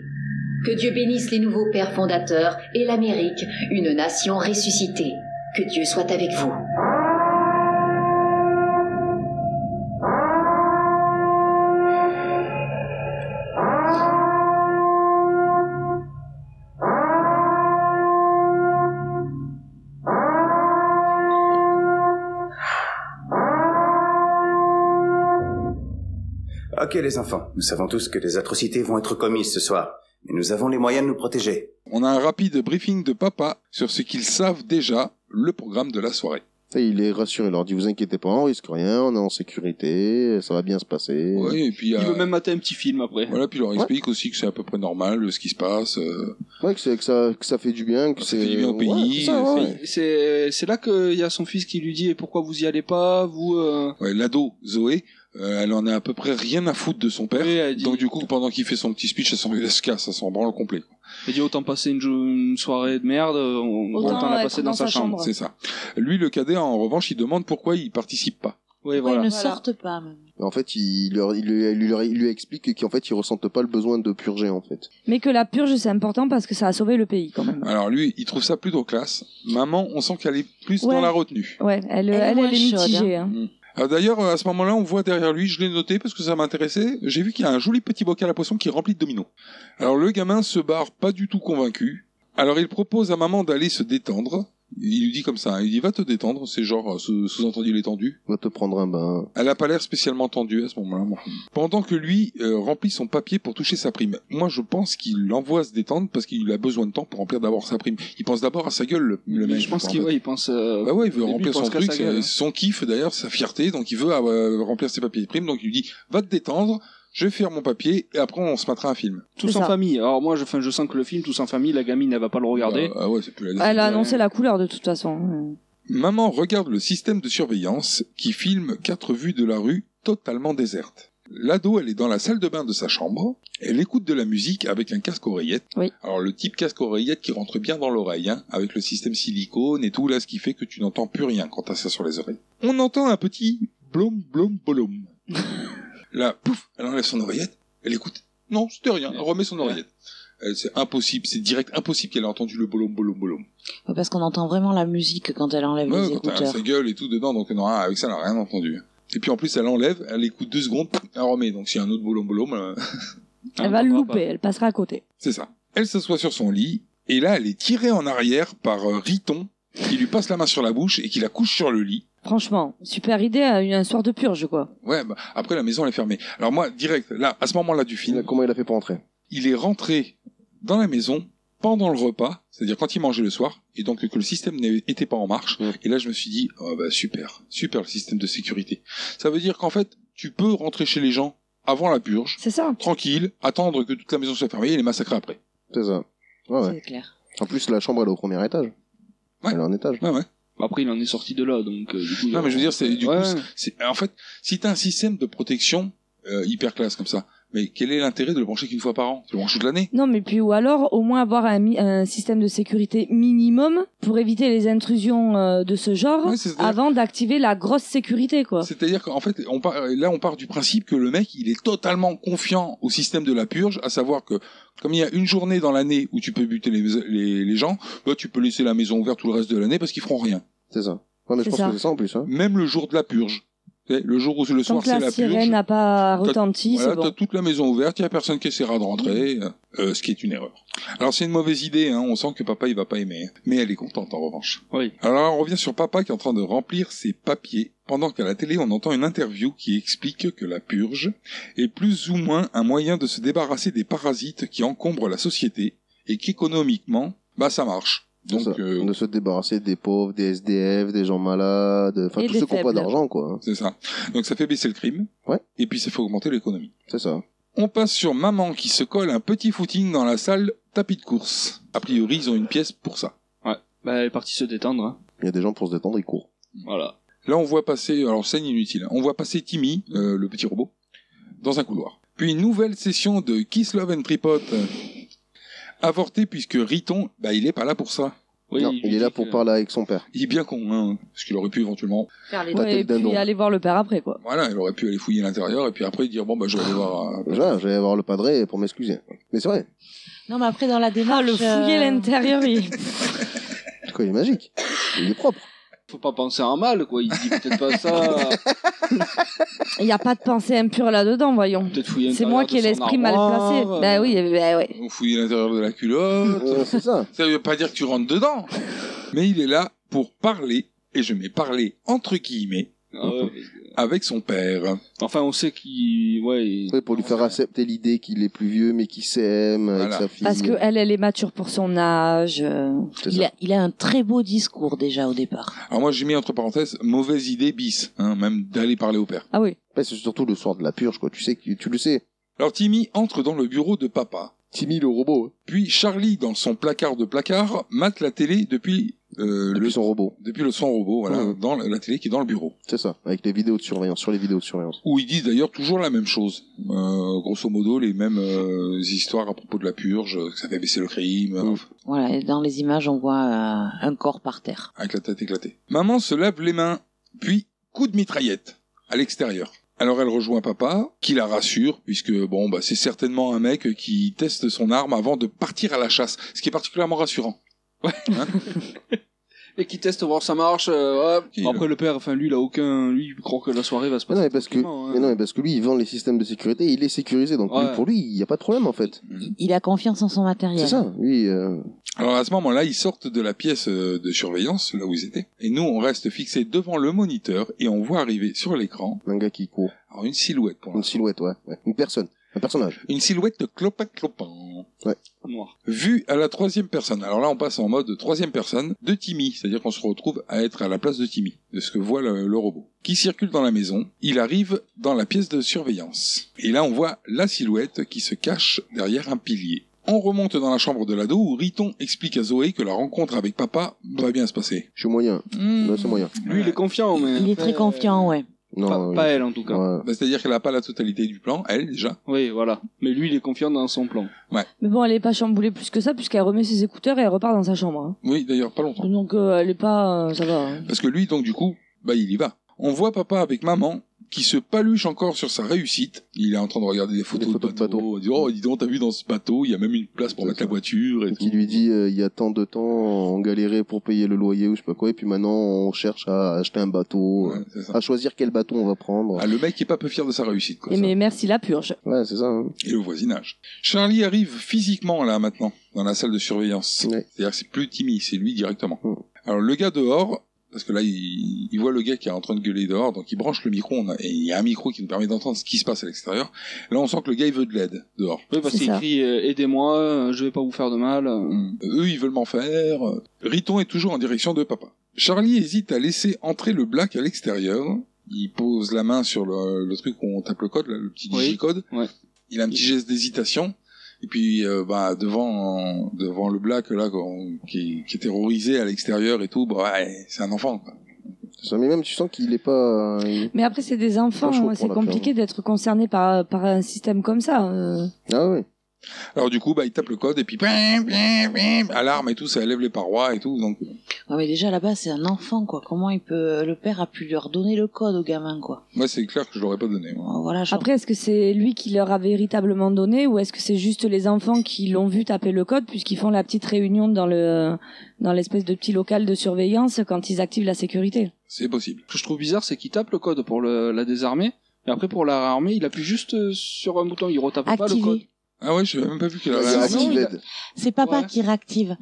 S11: Que Dieu bénisse les nouveaux pères fondateurs et l'Amérique, une nation ressuscitée. Que Dieu soit avec vous.
S10: Ok les enfants, nous savons tous que des atrocités vont être commises ce soir, mais nous avons les moyens de nous protéger.
S6: on a un rapide briefing de papa sur ce qu'ils savent déjà, le programme de la soirée.
S2: Ça, il est rassuré. Il leur dit Vous inquiétez pas, on risque rien, on est en sécurité, ça va bien se passer.
S6: Ouais, et puis
S8: Il
S6: euh,
S8: veut même mater un petit film après.
S6: voilà, puis il leur
S2: Ouais.
S6: explique aussi que c'est à peu près normal euh, ce qui se passe. euh,
S2: Ouais, que, c'est- que ça, que ça fait du bien, que
S6: Ça
S2: c'est.
S6: fait du bien au
S2: Ouais,
S6: pays,
S2: c'est ça, ouais.
S6: c'est-
S8: Et C'est c'est là qu'il y a son fils qui lui dit Et pourquoi vous y allez pas vous euh...
S6: ouais, L'ado Zoé, euh, elle en a à peu près rien à foutre de son père.
S8: Oui, elle dit-
S6: Donc du coup, pendant qu'il fait son petit speech, elle s'en elle se casse, elle s'en branle complet.
S8: Il dit autant passer une, jo- une soirée de merde, on,
S7: Autant
S8: autant la
S7: être
S8: passer dans, sa chambre.
S6: C'est ça. Lui, le cadet, en revanche, il demande pourquoi il participe pas.
S8: Oui,
S9: Pourquoi
S8: voilà.
S9: ils ne sortent pas même.
S2: En fait, il, leur- il, lui- il lui- il lui explique qu'en fait, ils ressentent pas le besoin de purger, en fait.
S7: Mais que la purge, c'est important parce que ça a sauvé le pays quand même.
S6: Alors lui, il trouve ça plutôt classe. Maman, on sent qu'elle est plus
S7: Ouais.
S6: dans la retenue.
S7: Ouais, elle, elle,
S9: est
S7: elle
S9: moins
S7: est
S9: chaude,
S7: mitigée. hein.
S6: Euh, D'ailleurs, euh, à ce moment-là, on voit derrière lui, je l'ai noté parce que ça m'intéressait, j'ai vu qu'il y a un joli petit bocal à poisson qui est rempli de dominos. Alors le gamin se barre pas du tout convaincu. Alors il propose à maman d'aller se détendre. Il lui dit comme ça, hein, il dit va te détendre, c'est genre euh, sous- sous-entendu il est tendu.
S2: On va te prendre un bain.
S6: Elle a pas l'air spécialement tendue à ce moment-là. moi. Pendant que lui euh, remplit son papier pour toucher sa prime, moi je pense qu'il l'envoie se détendre parce qu'il a besoin de temps pour remplir d'abord sa prime. Il pense d'abord à sa gueule, le, le
S8: Mais
S6: mec.
S8: je pense
S6: quoi, en
S8: qu'il
S6: fait.
S8: ouais, il pense. euh,
S6: Bah ouais, il
S8: au
S6: veut
S8: début,
S6: remplir
S8: il pense
S6: son
S8: qu'à
S6: truc,
S8: sa
S6: c'est-
S8: gueule, hein.
S6: son kiff d'ailleurs, sa fierté, donc il veut euh, remplir ses papiers de prime, donc il lui dit va te détendre, je vais faire mon papier et après on se mettra un film.
S8: Tous
S7: C'est
S8: en
S7: ça.
S8: famille. Alors moi, je, enfin, je sens que le film, tous en famille, la gamine, elle va pas le regarder.
S6: Euh, ah ouais, c'est plus la-
S7: Elle a
S8: Ouais.
S7: annoncé la couleur de toute façon.
S6: Maman regarde le système de surveillance qui filme quatre vues de la rue totalement déserte. L'ado, elle est dans la salle de bain de sa chambre, elle écoute de la musique avec un casque-oreillette.
S7: Oui.
S6: Alors le type casque-oreillette qui rentre bien dans l'oreille, hein, avec le système silicone et tout, là, ce qui fait que tu n'entends plus rien quand t'as ça sur les oreilles. On entend un petit blom blom blom. là, pouf, elle enlève son oreillette, elle écoute. Non, c'était rien, elle remet son oreillette. Elle, C'est impossible, c'est direct impossible qu'elle ait entendu le blom blom blom.
S9: Ouais, Parce qu'on entend vraiment la musique quand elle enlève
S6: Ouais,
S9: les
S6: quand elle a
S9: écouteurs.
S6: sa gueule et tout dedans, donc non, ah, avec ça, elle n'a rien entendu. Et puis en plus, elle enlève, elle écoute deux secondes, elle remet. Donc s'il y a un autre bolom bolom, euh,
S7: Elle va le
S8: comprend
S7: louper,
S8: pas.
S7: elle passera à côté.
S6: c'est ça. Elle s'assoit sur son lit, et là, elle est tirée en arrière par euh, Riton, qui lui passe la main sur la bouche et qui la couche sur le lit.
S7: Franchement, super idée, euh, un soir de purge quoi.
S6: Ouais, bah, après, la maison, elle est fermée. Alors moi, direct, là, à ce moment-là du
S2: Il a-
S6: film,
S2: comment il a fait pour entrer
S6: il est rentré dans la maison pendant le repas, c'est-à-dire quand il mangeait le soir, et donc que le système n'était pas en marche.
S2: Mm.
S6: Et là, je me suis dit, oh, bah, super, super le système de sécurité. Ça veut dire qu'en fait, tu peux rentrer chez les gens avant la purge,
S7: C'est ça.
S6: tranquille, attendre que toute la maison soit fermée et les massacrer après.
S2: C'est ça. Ouais, ouais.
S9: C'est clair.
S2: En plus, la chambre, elle est au premier étage.
S6: Ouais.
S2: Elle est en étage.
S6: Ouais, ouais.
S8: Après, il en est sorti de là, donc euh, du coup.
S6: Non, mais je veux dire, c'est du
S8: Ouais.
S6: coup, c'est- c'est- en fait, si t'as un système de protection euh, hyper classe comme ça, mais quel est l'intérêt de le brancher qu'une fois par an Tu le branches toute l'année
S7: Non mais puis ou alors au moins avoir un, mi- un système de sécurité minimum pour éviter les intrusions euh, de ce genre
S6: Ouais, c'est-
S7: avant d'activer la grosse sécurité quoi.
S6: C'est-à-dire qu'en fait, on part, là, on part du principe que le mec, il est totalement confiant au système de la purge, à savoir que comme il y a une journée dans l'année où tu peux buter les, les, les gens, bah, tu peux laisser la maison ouverte tout le reste de l'année parce qu'ils feront rien.
S2: C'est ça. Ouais, mais je
S7: C'est
S2: pense
S7: ça.
S2: que c'est ça en plus. Hein.
S6: Même le jour de la purge. Tu sais, Le jour où le
S7: Tant
S6: soir,
S7: que
S6: c'est
S7: la,
S6: la
S7: sirène
S6: purge.
S7: n'a
S6: T'as-
S7: pas retenti,
S6: Voilà,
S7: c'est bon.
S6: t'as toute la maison ouverte, il y a personne qui essaiera de rentrer, euh, euh, ce qui est une erreur. Alors c'est une mauvaise idée, hein, on sent que papa il va pas aimer, hein. mais elle est contente en revanche.
S8: Oui.
S6: Alors on revient sur papa qui est en train de remplir ses papiers, pendant qu'à la télé on entend une interview qui explique que la purge est plus ou moins un moyen de se débarrasser des parasites qui encombrent la société, et qu'économiquement, bah ça marche.
S2: C'est
S6: Donc
S2: ça.
S6: euh,
S2: De se débarrasser des pauvres, des SDF, des gens malades, enfin
S7: Et
S2: tous
S7: des
S2: ceux qui n'ont pas
S7: faibles.
S2: d'argent, quoi. hein.
S6: c'est ça. Donc ça fait baisser le crime,
S2: Ouais.
S6: et puis ça fait augmenter l'économie.
S2: C'est ça.
S6: On passe sur maman qui se colle un petit footing dans la salle tapis de course. A priori, ils ont une pièce pour ça.
S8: Bah, elle est partie se détendre. hein.
S2: Il y a des gens pour se détendre, ils courent.
S8: Voilà.
S6: Là, on voit passer, alors scène inutile, hein. on voit passer Timmy, euh, le petit robot, dans un couloir. Puis une nouvelle session de Kiss Love and Tripod, euh, avortée puisque Riton, bah, il est pas là pour ça.
S8: Oui,
S2: non,
S8: lui
S2: il est
S8: dit
S2: là
S8: que-
S2: pour parler avec son père.
S6: Il est bien con, hein, parce qu'il aurait pu éventuellement,
S11: Faire les
S2: Ouais. tâter
S7: Ouais,
S2: le
S7: et puis
S2: dindon.
S7: aller voir le père après quoi.
S6: voilà, il aurait pu aller fouiller l'intérieur et puis après dire, bon, bah, je vais aller voir. euh,
S2: Déjà, j'allais voir le padré pour m'excuser. Mais c'est vrai,
S9: Non, mais après, dans la
S7: Ah
S9: démarche.
S7: le fouiller
S9: euh,
S7: l'intérieur, il...
S2: quoi, il est magique. Il est propre.
S8: Faut pas penser en mal, quoi. Il se dit peut-être pas ça.
S7: il y a pas de pensée impure là-dedans voyons.
S8: Peut-être fouiller
S7: C'est
S8: l'intérieur
S7: moi
S8: de
S7: qui ai
S8: son
S7: l'esprit mal placé.
S8: armoire, euh,
S7: Bah oui, bah ouais.
S6: on fouille l'intérieur de la culotte.
S2: Euh, c'est ça.
S6: Ça veut pas dire que tu rentres dedans. Mais il est là pour parler, et je mets parler entre guillemets,
S8: ah ouais, parce que-
S6: avec son père.
S8: Enfin, on sait qu'il. Ouais. il-
S2: Ouais, pour lui faire accepter l'idée qu'il est plus vieux mais qu'il s'aime avec
S6: Voilà.
S2: sa fille.
S7: Parce que elle, elle est mature pour son âge. euh.
S2: C'est
S9: il,
S2: ça.
S9: a, il a un très beau discours déjà au départ.
S6: Alors moi j'ai mis entre parenthèses, mauvaise idée bis, hein, même d'aller parler au père.
S7: Ah oui.
S2: Ouais, c'est surtout le soir de la purge, quoi. Tu sais, que- tu le sais.
S6: Alors Timmy entre dans le bureau de papa.
S2: Timmy le robot. hein.
S6: Puis Charlie, dans son placard de placard, mate la télé depuis euh,
S2: Depuis
S6: le-
S2: son robot.
S6: depuis le son robot, voilà,
S2: Ouais.
S6: dans la la télé qui est dans le bureau.
S2: C'est ça, avec les vidéos de surveillance, sur les vidéos de surveillance.
S6: Où ils disent d'ailleurs toujours la même chose. Euh, grosso modo, les mêmes euh, histoires à propos de la purge, euh, que ça fait baisser le crime, euh,
S9: Voilà, et dans les images, on voit euh, un corps par terre.
S6: avec la tête éclatée. Maman se lave les mains, puis coup de mitraillette à l'extérieur. Alors elle rejoint papa, qui la rassure, puisque bon, bah, c'est certainement un mec qui teste son arme avant de partir à la chasse, ce qui est particulièrement rassurant.
S8: Et qui teste voir ça marche. euh, ouais.
S6: Qui,
S8: Bon, après, le père, enfin, lui, il a aucun. Lui, il croit que la soirée va se
S2: Mais non, mais
S8: passer.
S2: parce que,
S8: tranquillement, hein.
S2: mais non, mais parce que lui, il vend les systèmes de sécurité, il est sécurisé, donc lui,
S6: Ouais.
S2: pour lui, il n'y a pas de problème en fait.
S9: Il a confiance en son matériel.
S2: C'est ça, lui. euh,
S6: Alors à ce moment-là, ils sortent de la pièce euh, de surveillance, là où ils étaient, et nous, on reste fixés devant le moniteur, et on voit arriver sur l'écran
S2: un gars qui court.
S6: alors, une silhouette. Pour
S2: Une silhouette, ouais. ouais. Une personne. Un personnage.
S6: Une silhouette de clopin clopin.
S2: Ouais.
S8: Noir.
S6: Vue à la troisième personne. Alors là, on passe en mode troisième personne de Timmy. C'est-à-dire qu'on se retrouve à être à la place de Timmy. De ce que voit le, le robot. Qui circule dans la maison. Il arrive dans la pièce de surveillance. Et là, on voit la silhouette qui se cache derrière un pilier. On remonte dans la chambre de l'ado où Riton explique à Zoé que la rencontre avec papa va bien se passer.
S2: Je suis moyen.
S6: Mmh.
S2: Ouais, c'est moyen.
S8: Lui, il est confiant, mais.
S9: Il est
S8: après, euh,
S9: très confiant, ouais.
S2: Non.
S8: Pas,
S2: euh,
S8: pas elle, en tout cas.
S2: ouais.
S6: Bah, C'est-à-dire qu'elle n'a pas la totalité du plan, elle déjà.
S8: Oui, voilà. Mais lui, il est confiant dans son plan.
S7: Mais bon, elle est pas chamboulée plus que ça, puisqu'elle remet ses écouteurs et elle repart dans sa chambre. hein.
S6: Oui, d'ailleurs, pas longtemps.
S7: Donc euh, elle est pas. euh, ça va. hein.
S6: Parce que lui, donc, du coup, bah, il y va. On voit papa avec maman qui se paluche encore sur sa réussite. Il est en train de regarder des photos,
S2: photos
S6: de
S2: de
S6: bateaux.
S2: bateaux.
S6: Il dit, oh, dis donc, t'as vu dans ce bateau, il y a même une place pour
S2: C'est
S6: mettre
S2: ça.
S6: la voiture et
S2: Qui
S6: tout.
S2: lui dit, euh, il y a tant de temps, on galérait pour payer le loyer ou je sais pas quoi, et puis maintenant, on cherche à acheter un bateau,
S6: Ouais,
S2: euh,
S6: c'est ça.
S2: à choisir quel bateau on va prendre.
S6: Ah, le mec est pas peu fier de sa réussite, quoi.
S7: Et
S6: ça.
S7: mais merci la purge.
S2: Ouais, c'est ça. hein.
S6: Et le voisinage. Charlie arrive physiquement, là, maintenant, dans la salle de surveillance.
S2: Ouais.
S6: C'est-à-dire que c'est plus Timmy, c'est lui directement.
S2: Mm.
S6: Alors, le gars dehors, parce que là, il, il voit le gars qui est en train de gueuler dehors, donc il branche le micro, on a- et il y a un micro qui nous permet d'entendre ce qui se passe à l'extérieur. Là, on sent que le gars, il veut de l'aide, dehors.
S8: Oui, parce
S7: C'est
S8: qu'il
S7: ça.
S8: crie euh, Aidez-moi, euh, je vais pas vous faire de mal. euh.
S6: Eux, ils veulent m'en faire. Riton est toujours en direction de papa. Charlie hésite à laisser entrer le black à l'extérieur. Il pose la main sur le, le truc où on tape le code, là, le petit
S8: Oui,
S6: digicode.
S8: ouais.
S6: Il a un petit geste d'hésitation. Et puis, euh, bah, devant, devant le black, là, qu'on- qui, qui est terrorisé à l'extérieur et tout, bah, ouais, c'est un enfant, quoi.
S2: C'est ça. Mais même, tu sens qu'il est pas... euh,
S7: Mais après, c'est des enfants,
S2: Pas chaud
S7: hein, c'est
S2: pour la
S7: compliqué d'être concerné par, par un système comme ça. euh.
S2: Ah ouais.
S6: Alors, du coup, bah, il tape le code et puis, bim, bim, bim, alarme et tout, ça élève les parois et tout. Donc,
S9: Ouais, mais déjà, là-bas, c'est un enfant, quoi. Comment il peut. Le père a pu leur donner le code au gamin, quoi.
S6: moi, c'est clair que je l'aurais pas donné. hein. moi.
S9: Euh, Voilà, genre,
S7: Après, est-ce que c'est lui qui leur a véritablement donné ou est-ce que c'est juste les enfants qui l'ont vu taper le code puisqu'ils font la petite réunion dans le dans l'espèce de petit local de surveillance quand ils activent la sécurité
S6: C'est possible.
S8: Ce que je trouve bizarre, c'est qu'il tape le code pour le- la désarmer. Et après, pour la réarmer, il appuie juste euh, sur un bouton, il retape pas le code.
S9: activer.
S6: Ah ouais, j'avais même pas vu qu'il
S2: Il
S6: avait
S2: y a
S8: Ah,
S2: un
S6: un
S8: non,
S2: petit
S8: il a-
S2: LED.
S9: C'est papa
S8: Ouais.
S9: qui réactive.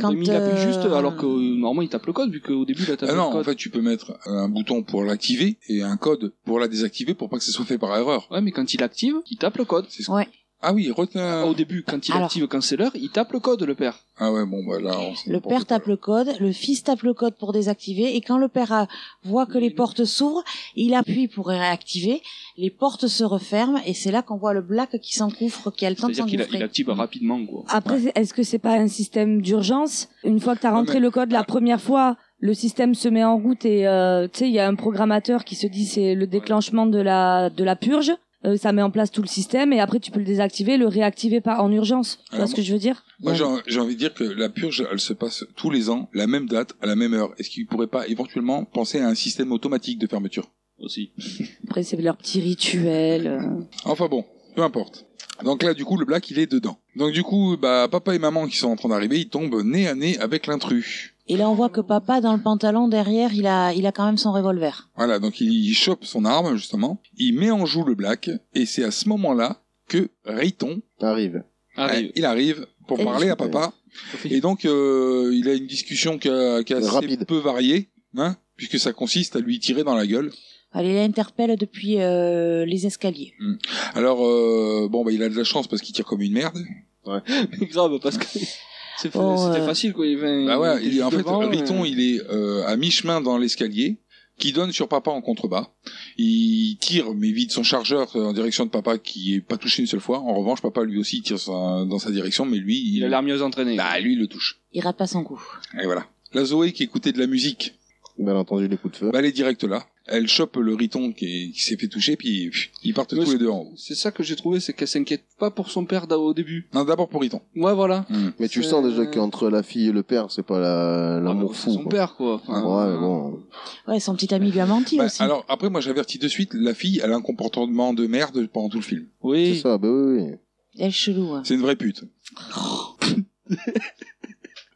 S9: Quand,
S8: Mais il appuie
S9: euh,
S8: juste, alors que euh, normalement, il tape le code, vu qu'au début, il a tapé
S6: Ah
S8: le
S6: non, en
S8: code.
S6: fait, tu peux mettre un bouton pour l'activer et un code pour la désactiver pour pas que ce soit fait par erreur.
S8: Ouais, mais quand il active, il tape le code.
S6: C'est ce-
S9: Ouais.
S6: Ah oui, retenez.
S8: Au début, quand il
S9: Alors.
S8: active Canceller, il tape le code, le père.
S6: Ah ouais, bon, bah là, on sait
S9: Le
S6: n'importe
S9: père
S6: quoi,
S9: tape
S6: là.
S9: le code, le fils tape le code pour désactiver, et quand le père a- voit que les portes s'ouvrent, il appuie pour réactiver, les portes se referment, et c'est là qu'on voit le black qui s'engouffre, qui a le temps de
S8: C'est-à-dire qu'il a- il
S9: s'engouffrer.
S8: active rapidement, quoi.
S7: Après, c'est- est-ce que c'est pas un système d'urgence Une fois que t'as rentré
S6: mais-
S7: le code la première fois, le système se met en route et euh, tu sais, il y a un programmateur qui se dit c'est le déclenchement de la de la purge. Euh, ça met en place tout le système et après tu peux le désactiver, le réactiver pas en urgence. Tu vois
S6: Alors
S7: ce
S6: moi-
S7: que je veux dire
S6: Moi, j'ai en- j'ai envie de dire que la purge, elle se passe tous les ans, la même date, à la même heure. Est-ce qu'ils pourraient pas éventuellement penser à un système automatique de fermeture
S8: Aussi.
S7: Après, c'est leur petit rituel.
S6: Ah,
S7: euh.
S6: Enfin bon, peu importe. Donc là, du coup, le black, il est dedans. Donc du coup, bah, papa et maman qui sont en train d'arriver, ils tombent nez à nez avec l'intrus.
S9: Et là, on voit que papa, dans le pantalon, derrière, il a, il a quand même son revolver.
S6: Voilà, donc il, il chope son arme, justement. Il met en joue le black, et c'est à ce moment-là que Rayton
S2: Arrive.
S8: Arrive.
S6: Ouais, il arrive pour
S7: Et
S6: parler à papa. Et donc, euh, il a une discussion qui a, qui a assez
S2: Rapide.
S6: peu variée, hein, puisque ça consiste à lui tirer dans la gueule.
S9: Allez, il interpelle depuis euh, les escaliers.
S6: Alors, euh, bon, bah, il a de la chance parce qu'il tire comme une merde.
S8: Mais grave, parce que c'est fa-
S9: Bon,
S8: c'était
S9: euh,
S8: facile, quoi. Il vint-
S6: Bah ouais,
S8: était
S6: il- en
S8: juste
S6: fait,
S8: devant,
S6: Riton,
S8: euh,
S6: il est euh, à mi-chemin dans l'escalier, qui donne sur papa en contrebas. Il tire, mais vide son chargeur euh, en direction de papa, qui est pas touché une seule fois. En revanche, papa lui aussi tire sa- dans sa direction, mais lui,
S8: il a l'air mieux entraîné.
S6: Bah, lui, il le touche.
S9: Il rate pas son coup.
S6: Et voilà. La Zoé qui écoutait de la musique.
S2: Bien entendu, les coups de feu.
S6: Bah, elle est directe là. Elle chope le riton qui, est- qui s'est fait toucher, puis pff, ils partent
S8: Mais
S6: tous les
S8: c'est-
S6: deux en haut.
S8: C'est ça que j'ai trouvé, c'est qu'elle s'inquiète pas pour son père d'a- au début.
S6: Non, d'abord pour Riton.
S8: Ouais, voilà.
S2: Mais tu
S8: C'est- Ah,
S2: sens déjà qu'entre la fille et le père, c'est pas la- l'amour fou.
S8: Son père, hein. quoi. Enfin,
S2: Ouais, bon.
S9: Ouais, son petit ami lui a menti
S6: Bah,
S9: aussi.
S6: alors après, moi j'avertis de suite, la fille, elle a un comportement de merde pendant tout le film.
S8: Oui.
S2: C'est ça, bah oui, oui.
S9: Elle est chelou. hein.
S6: C'est une vraie pute.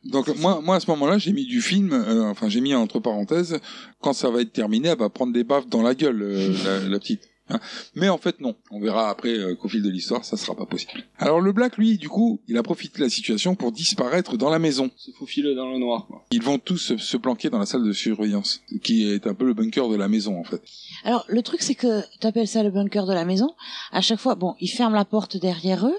S6: Donc moi, moi à ce moment-là, j'ai mis du film, euh, enfin j'ai mis entre parenthèses, quand ça va être terminé, elle va prendre des baffes dans la gueule, euh, la, la petite. hein. Mais en fait non, on verra après euh, qu'au fil de l'histoire, ça sera pas possible. Alors le Black, lui, du coup, il a profité de la situation pour disparaître dans la maison.
S8: Se faufiler dans le noir, quoi.
S6: Ils vont tous se- se planquer dans la salle de surveillance, qui est un peu le bunker de la maison en fait.
S9: Alors, le truc, c'est que t'appelles ça le bunker de la maison. À chaque fois, bon, ils ferment la porte derrière eux.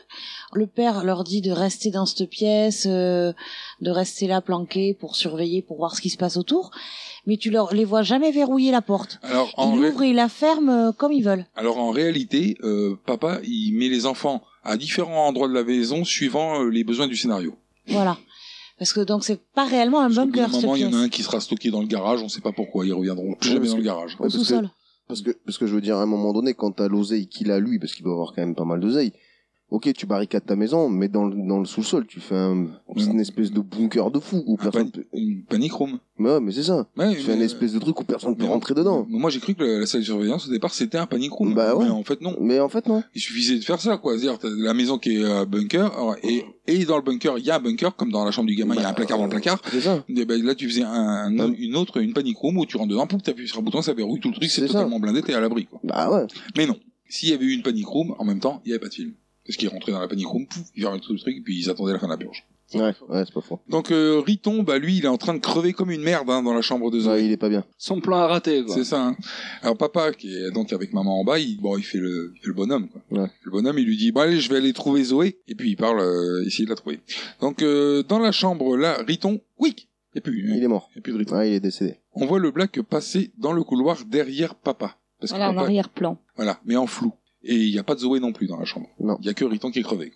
S9: Le père leur dit de rester dans cette pièce, euh, de rester là planqué pour surveiller, pour voir ce qui se passe autour. Mais tu leur, les vois jamais verrouiller la porte.
S6: Alors en
S9: ils
S6: ré-
S9: l'ouvrent et ils la ferment euh, comme ils veulent.
S6: Alors en réalité, euh, papa, il met les enfants à différents endroits de la maison suivant euh, les besoins du scénario.
S9: Voilà. Parce que donc c'est pas réellement un
S6: Au bout d'un
S9: bunker cette
S6: moment, il y en
S9: pièce.
S6: a un qui sera stocké dans le garage, on sait pas pourquoi, ils reviendront plus
S2: Ouais,
S6: jamais
S2: parce
S6: dans le
S2: que-
S6: garage.
S2: Ouais, parce que-
S9: sous-sol.
S2: Parce que, parce que je veux dire, à un moment donné, quand t'as l'oseille qu'il a lui, parce qu'il doit avoir quand même pas mal d'oseille, ok, tu barricades ta maison, mais dans le, dans le sous-sol, tu fais un, c'est une espèce de bunker de fou où
S6: Un
S2: personne
S6: pan-
S2: peut-
S6: une panic room.
S2: Mais ouais, mais c'est ça.
S6: Ouais,
S2: tu fais
S6: mais- euh,
S2: un espèce de truc où personne peut
S6: mais-
S2: rentrer dedans.
S6: Moi j'ai cru que la, la salle de surveillance au départ c'était un panic room.
S2: Bah ouais.
S6: Mais en fait non.
S2: Mais en fait, non.
S6: Il suffisait de faire ça quoi. C'est-à-dire t'as la maison qui est euh, bunker alors, et, et dans le bunker il y a un bunker comme dans la chambre du gamin il y a un placard dans le placard.
S2: C'est ça.
S6: Et ben, là tu faisais un- un- une autre une panic room où tu rentres dedans, pouf, t'appuies sur un bouton, ça verrouille tout le truc, c'est
S2: C'est ça.
S6: totalement blindé, t'es à l'abri quoi.
S2: Bah ouais.
S6: Mais non. S'il y avait eu une panic room, en même temps, il n'y avait pas de film. Parce qu'ils rentraient dans la panic room, pouf, ils verraient tout le truc, puis ils attendaient la fin de la purge.
S2: Ouais, ouais, c'est pas faux.
S6: Donc euh, Riton, bah lui, il est en train de crever comme une merde hein, dans la chambre de Zoé.
S2: Ouais, il est pas bien.
S8: Son plan a raté, quoi.
S6: C'est ça. hein. Alors papa, qui est donc avec maman en bas, il, bon, il fait le, il fait le bonhomme. Quoi.
S2: Ouais.
S6: Le bonhomme, il lui dit, bon allez, je vais aller trouver Zoé. Et puis il parle, euh, essayer de la trouver. Donc euh, dans la chambre, là, Riton, oui, et puis,
S2: Il est mort.
S6: et puis de Riton.
S2: Ouais, il est décédé.
S6: On voit le black passer dans le couloir derrière papa. Parce que
S7: Voilà, en
S6: papa-
S7: arrière-plan.
S6: Voilà, mais en flou. Et il n'y a pas de Zoé non plus dans la chambre.
S2: Non.
S6: Il y a que Riton qui est crevé.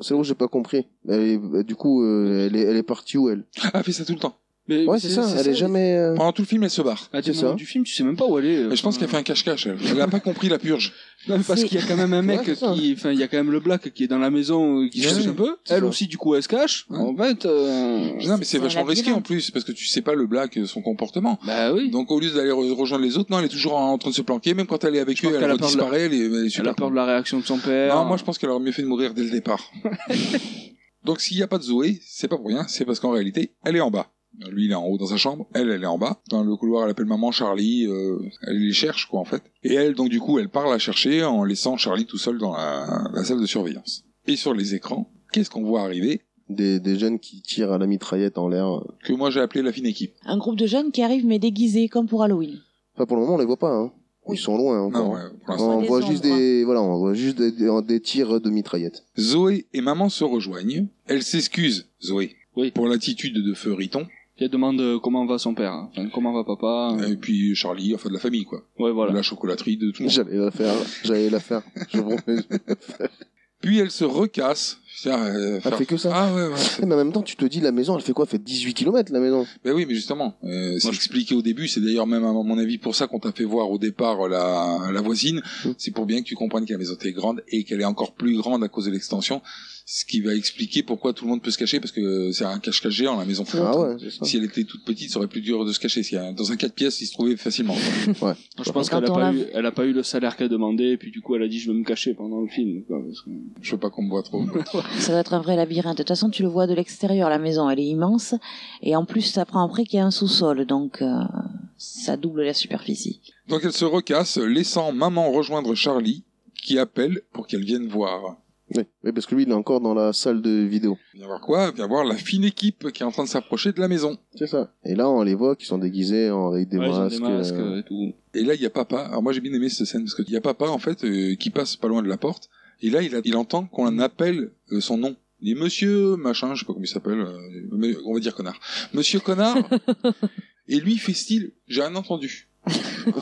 S2: C'est là où j'ai pas compris. Elle est- du coup, euh, elle, est, elle est partie où elle
S6: Ah, Elle fait ça tout le temps.
S8: Mais-
S2: Ouais,
S8: mais
S2: c'est ça. Elle est jamais. euh,
S6: Pendant tout le film, elle se barre.
S8: À des
S2: C'est
S8: moments
S2: ça.
S8: du film, tu sais même pas où aller.
S6: Mais je pense qu'elle fait un cache-cache. Elle Elle a pas compris la purge.
S8: Non, mais parce
S9: C'est-
S8: qu'il y a quand même un mec
S2: Ouais, c'est ça.
S8: qui, enfin, il y a quand même le black qui est dans la maison, euh, qui
S6: Ouais,
S8: cherche un peu.
S2: c'est
S8: Elle
S2: ça.
S8: aussi, du coup, elle se cache.
S6: Ouais.
S8: En fait, euh,
S6: Non, mais c'est
S9: un
S6: vachement risqué
S9: labyrinthe.
S6: en plus parce que tu sais pas le black, euh, son comportement.
S8: bah oui.
S6: Donc au lieu d'aller re- rejoindre les autres, non, elle est toujours en en train de se planquer. Même quand elle est avec
S8: Je
S6: eux,
S8: pense
S6: elle,
S8: qu'elle a peur de la-
S6: disparaît. Elle est, elle est
S8: elle
S6: super
S8: a peur de la réaction de son père.
S6: Non, moi je pense qu'elle aurait mieux fait de mourir dès le départ. Donc s'il n'y a pas de Zoé, c'est pas pour rien, c'est parce qu'en réalité, elle est en bas. Lui, il est en haut dans sa chambre, elle, elle est en bas. Dans le couloir, elle appelle maman Charlie, euh, elle les cherche, quoi, en fait. Et elle, donc, du coup, elle part la chercher en laissant Charlie tout seul dans la, la salle de surveillance. Et sur les écrans, qu'est-ce qu'on voit arriver
S2: Des, des jeunes qui tirent à la mitraillette en l'air. euh.
S6: Que moi, j'ai appelé la fine équipe.
S9: Un groupe de jeunes qui arrivent mais déguisés comme pour Halloween.
S2: Enfin, pour le moment, on les voit pas. Hein. Ils sont loin encore.
S6: Non, ouais, pour l'instant.
S2: on
S9: Des
S2: voit juste
S9: ombres.
S2: des voilà, on voit juste des, des- des tirs de mitraillette.
S6: Zoé et maman se rejoignent. Elle s'excuse, Zoé,
S8: Oui.
S6: pour l'attitude de feu Riton.
S8: Puis elle demande euh, comment va son père, hein. Enfin, comment va papa. hein.
S6: Et puis Charlie, enfin, de la famille, quoi.
S8: Ouais, voilà.
S6: De la chocolaterie, de tout le monde.
S2: J'allais la faire, j'allais la faire. Je vous promets.
S6: Puis elle se recasse. Tiens, euh, faire-
S2: fait que ça.
S6: Ah ouais, ouais. c'est-
S2: Mais en même temps, tu te dis la maison, elle fait quoi Elle fait 18 km la maison.
S6: ben oui, mais justement, euh, c'est expliqué au début. C'est d'ailleurs même à mon avis pour ça qu'on t'a fait voir au départ euh, la, la voisine.
S2: Mm.
S6: C'est pour bien que tu comprennes que la maison est grande et qu'elle est encore plus grande à cause de l'extension. Ce qui va expliquer pourquoi tout le monde peut se cacher parce que c'est un cache-cache géant la maison.
S2: Ah ouais, c'est ça.
S6: Si elle était toute petite, ça aurait plus dur de se cacher. Si, euh, dans un 4 pièces, il se trouvait facilement.
S8: Je pense
S9: Quand
S8: qu'elle a,
S9: on
S8: pas
S9: la-
S8: eu- elle a pas eu le salaire qu'elle demandait, et puis du coup, elle a dit je vais me cacher pendant le film. quoi, parce que-
S6: Je veux pas qu'on me voit trop.
S9: Ça doit être un vrai labyrinthe. De toute façon, tu le vois de l'extérieur, la maison, elle est immense. Et en plus, ça apprend après qu'il y a un sous-sol, donc euh, ça double la superficie.
S6: Donc elle se recasse, laissant maman rejoindre Charlie, qui appelle pour qu'elle vienne voir.
S2: Ouais. Ouais, parce que lui, il est encore dans la salle de vidéo.
S6: Viens voir quoi Viens voir la fine équipe qui est en train de s'approcher de la maison.
S2: C'est ça. Et là, on les voit qui sont déguisés en, avec des
S8: Ouais, ils ont
S2: masques.
S8: des masques
S2: euh,
S8: euh, et tout.
S6: Et là, il y a papa. Alors moi, j'ai bien aimé cette scène parce qu'il y a papa en fait euh, qui passe pas loin de la porte. Et là, il, a- il entend qu'on appelle euh, son nom. Il dit Monsieur machin, je sais pas comment il s'appelle. euh, mais on va dire connard. Monsieur connard. et lui il fait style. J'ai rien entendu.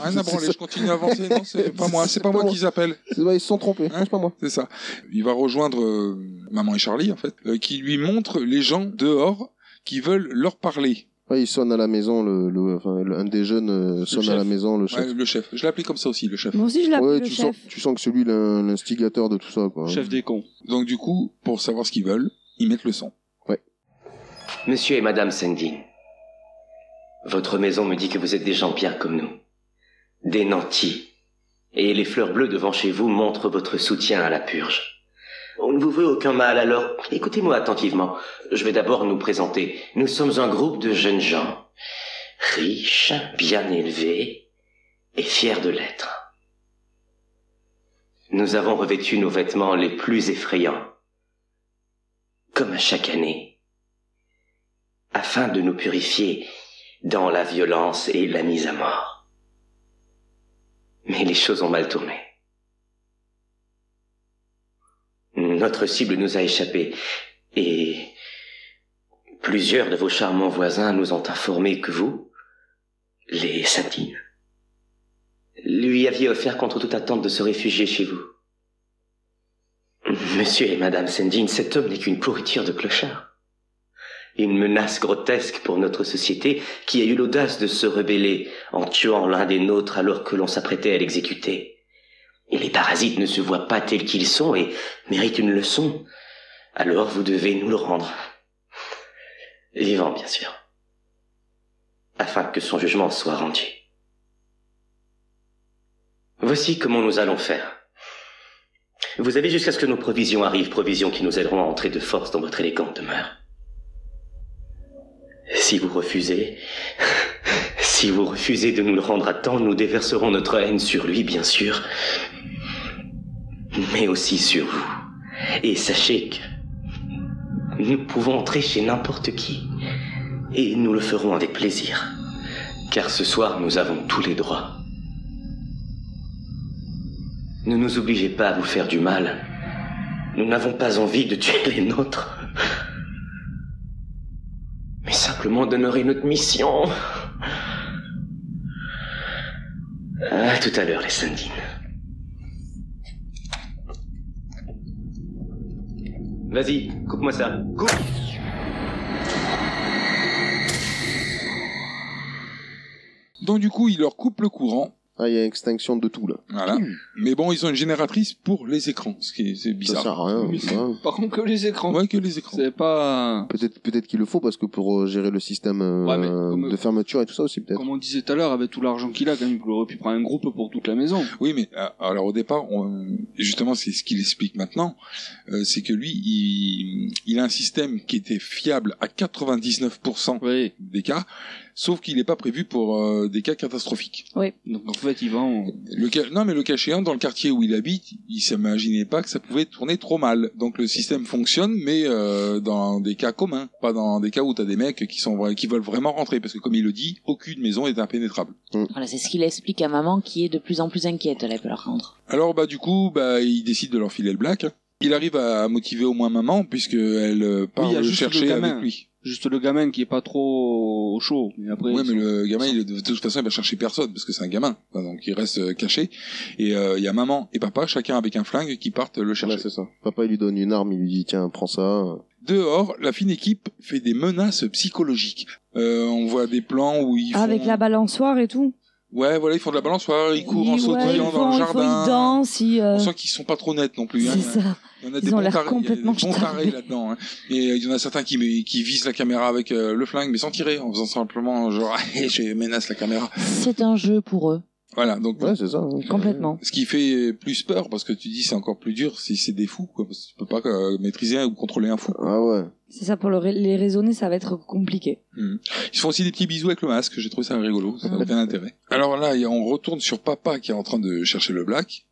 S6: Rien à branler. Je continue à avancer. Non, c'est pas moi. C'est pas moi qu'ils appellent.
S2: c'est- ouais, ils se sont trompés.
S6: Hein
S2: c'est pas moi.
S6: C'est ça. Il va rejoindre euh, maman et Charlie en fait, euh, qui lui montre les gens dehors qui veulent leur parler.
S2: Ouais, il sonne à la maison, le, le- enfin, le- un des jeunes euh, sonne à la maison, le chef.
S6: Ouais, le chef. Je l'appelais comme ça aussi, le chef.
S7: Moi aussi, je l'appelle
S2: Ouais,
S7: le
S2: tu,
S7: chef.
S2: sens, tu sens que c'est lui l'in- l'instigateur de tout ça. Quoi.
S6: des cons. Donc du coup, pour savoir ce qu'ils veulent, ils mettent le son.
S12: Monsieur et Madame Sending, votre maison me dit que vous êtes des gens bien comme nous, des nantis, et les fleurs bleues devant chez vous montrent votre soutien à la purge. On ne vous veut aucun mal, alors écoutez-moi attentivement. Je vais d'abord nous présenter. Nous sommes un groupe de jeunes gens, riches, bien élevés et fiers de l'être. Nous avons revêtu nos vêtements les plus effrayants, comme à chaque année afin de nous purifier dans la violence et la mise à mort. Mais les choses ont mal tourné. Notre cible nous a échappé et plusieurs de vos charmants voisins nous ont informé que vous, les Santines, lui aviez offert contre toute attente de se réfugier chez vous. Monsieur et Madame Sendin, cet homme n'est qu'une pourriture de clochard une menace grotesque pour notre société qui a eu l'audace de se rebeller en tuant l'un des nôtres alors que l'on s'apprêtait à l'exécuter. Et les parasites ne se voient pas tels qu'ils sont et méritent une leçon. Alors vous devez nous le rendre. Vivant, bien sûr. Afin que son jugement soit rendu. Voici comment nous allons faire. Vous avez jusqu'à ce que nos provisions arrivent, provisions qui nous aideront à entrer de force dans votre élégante demeure. Si vous refusez, si vous refusez de nous le rendre à temps, nous déverserons notre haine sur lui, bien sûr, mais aussi sur vous. Et sachez que nous pouvons entrer chez n'importe qui, et nous le ferons avec plaisir, car ce soir nous avons tous les droits. Ne nous obligez pas à vous faire du mal. Nous n'avons pas envie de tuer les nôtres mais simplement d'honorer notre mission. À tout à l'heure, les Sandines. Vas-y, coupe-moi ça. Coupe
S6: Donc du coup, ils leur coupent le courant.
S2: Ah, il y a extinction de tout là.
S6: Voilà. Mais bon, ils ont une génératrice pour les écrans, ce qui est c'est bizarre.
S2: sert à rien,
S6: Mais c'est-
S2: ouais.
S6: Par contre, que les écrans. Ouais, que les écrans.
S8: C'est pas.
S2: Peut-être peut-être qu'il le faut parce que pour euh, gérer le système euh,
S8: Ouais, mais comme-
S2: de fermeture et tout ça aussi peut-être.
S8: Comme on disait tout à l'heure, avec tout l'argent qu'il a, quand même, il aurait pu prendre un groupe pour toute la maison.
S6: Oui, mais euh, alors au départ, on- justement, c'est ce qu'il explique maintenant, euh, c'est que lui, il, il a un système qui était fiable à 99% des cas, sauf qu'il n'est pas prévu pour euh, des cas catastrophiques.
S7: Oui.
S8: Donc en fait, il va en...
S6: Le ca- Non, mais le cas échéant, dans le quartier où il habite, il s'imaginait pas que ça pouvait tourner trop mal. Donc le système fonctionne, mais euh, dans des cas communs, pas dans des cas où t'as des mecs qui sont vra- qui veulent vraiment rentrer, parce que comme il le dit, aucune maison est impénétrable.
S9: Voilà, c'est ce qu'il explique à maman qui est de plus en plus inquiète, elle, par contre.
S6: Alors bah du coup, bah il décide de leur filer le black. Il arrive à motiver au moins maman puisque elle euh, part
S8: Oui, il y a
S6: le
S8: juste
S6: chercher
S8: le gamin.
S6: avec lui.
S8: Juste le gamin qui est pas trop chaud. Mais après,
S6: ouais,
S8: ils
S6: mais
S8: sont-
S6: le gamin,
S8: ils
S6: il, est- de toute façon, il va chercher personne parce que c'est un gamin, Enfin, donc il reste euh, caché. Et euh, il y a maman et papa, chacun avec un flingue, qui partent le chercher.
S2: c'est ça. Papa il lui donne une arme, il lui dit tiens prends ça.
S6: Dehors, la fine équipe fait des menaces psychologiques. Euh, on voit des plans où ils font...
S7: Avec la balançoire et tout.
S6: ouais, voilà, ils font de la balançoire, ils courent en
S7: Ils- ouais, ils
S6: sautillant dans
S7: font-
S6: le
S7: ils
S6: jardin.
S7: font- ils dansent, ils, euh,
S6: On sent qu'ils sont pas trop nets non plus. hein.
S7: C'est ça.
S6: Il y en a
S7: Ils
S6: des
S7: ont
S6: bons
S7: l'air
S6: tarés- il y a des
S7: complètement
S6: bons tarés
S7: starbés.
S6: là-dedans. hein. Et euh, il y en a certains qui, qui visent la caméra avec euh, le flingue, mais sans tirer, en faisant simplement euh, genre, je menace la caméra.
S9: C'est un jeu pour eux.
S6: Voilà, donc.
S2: Ouais, c'est ça. hein.
S9: Complètement.
S6: Ce qui fait plus peur, parce que tu dis c'est encore plus dur si c'est des fous, quoi, parce que tu peux pas euh, maîtriser un- ou contrôler un fou.
S2: Ah ouais.
S7: C'est ça, pour le ra- les raisonner, ça va être compliqué.
S6: Ils se font aussi des petits bisous avec le masque, j'ai trouvé ça rigolo, ça n'a aucun intérêt. Alors là, il y a- on retourne sur papa qui est en train de chercher le black.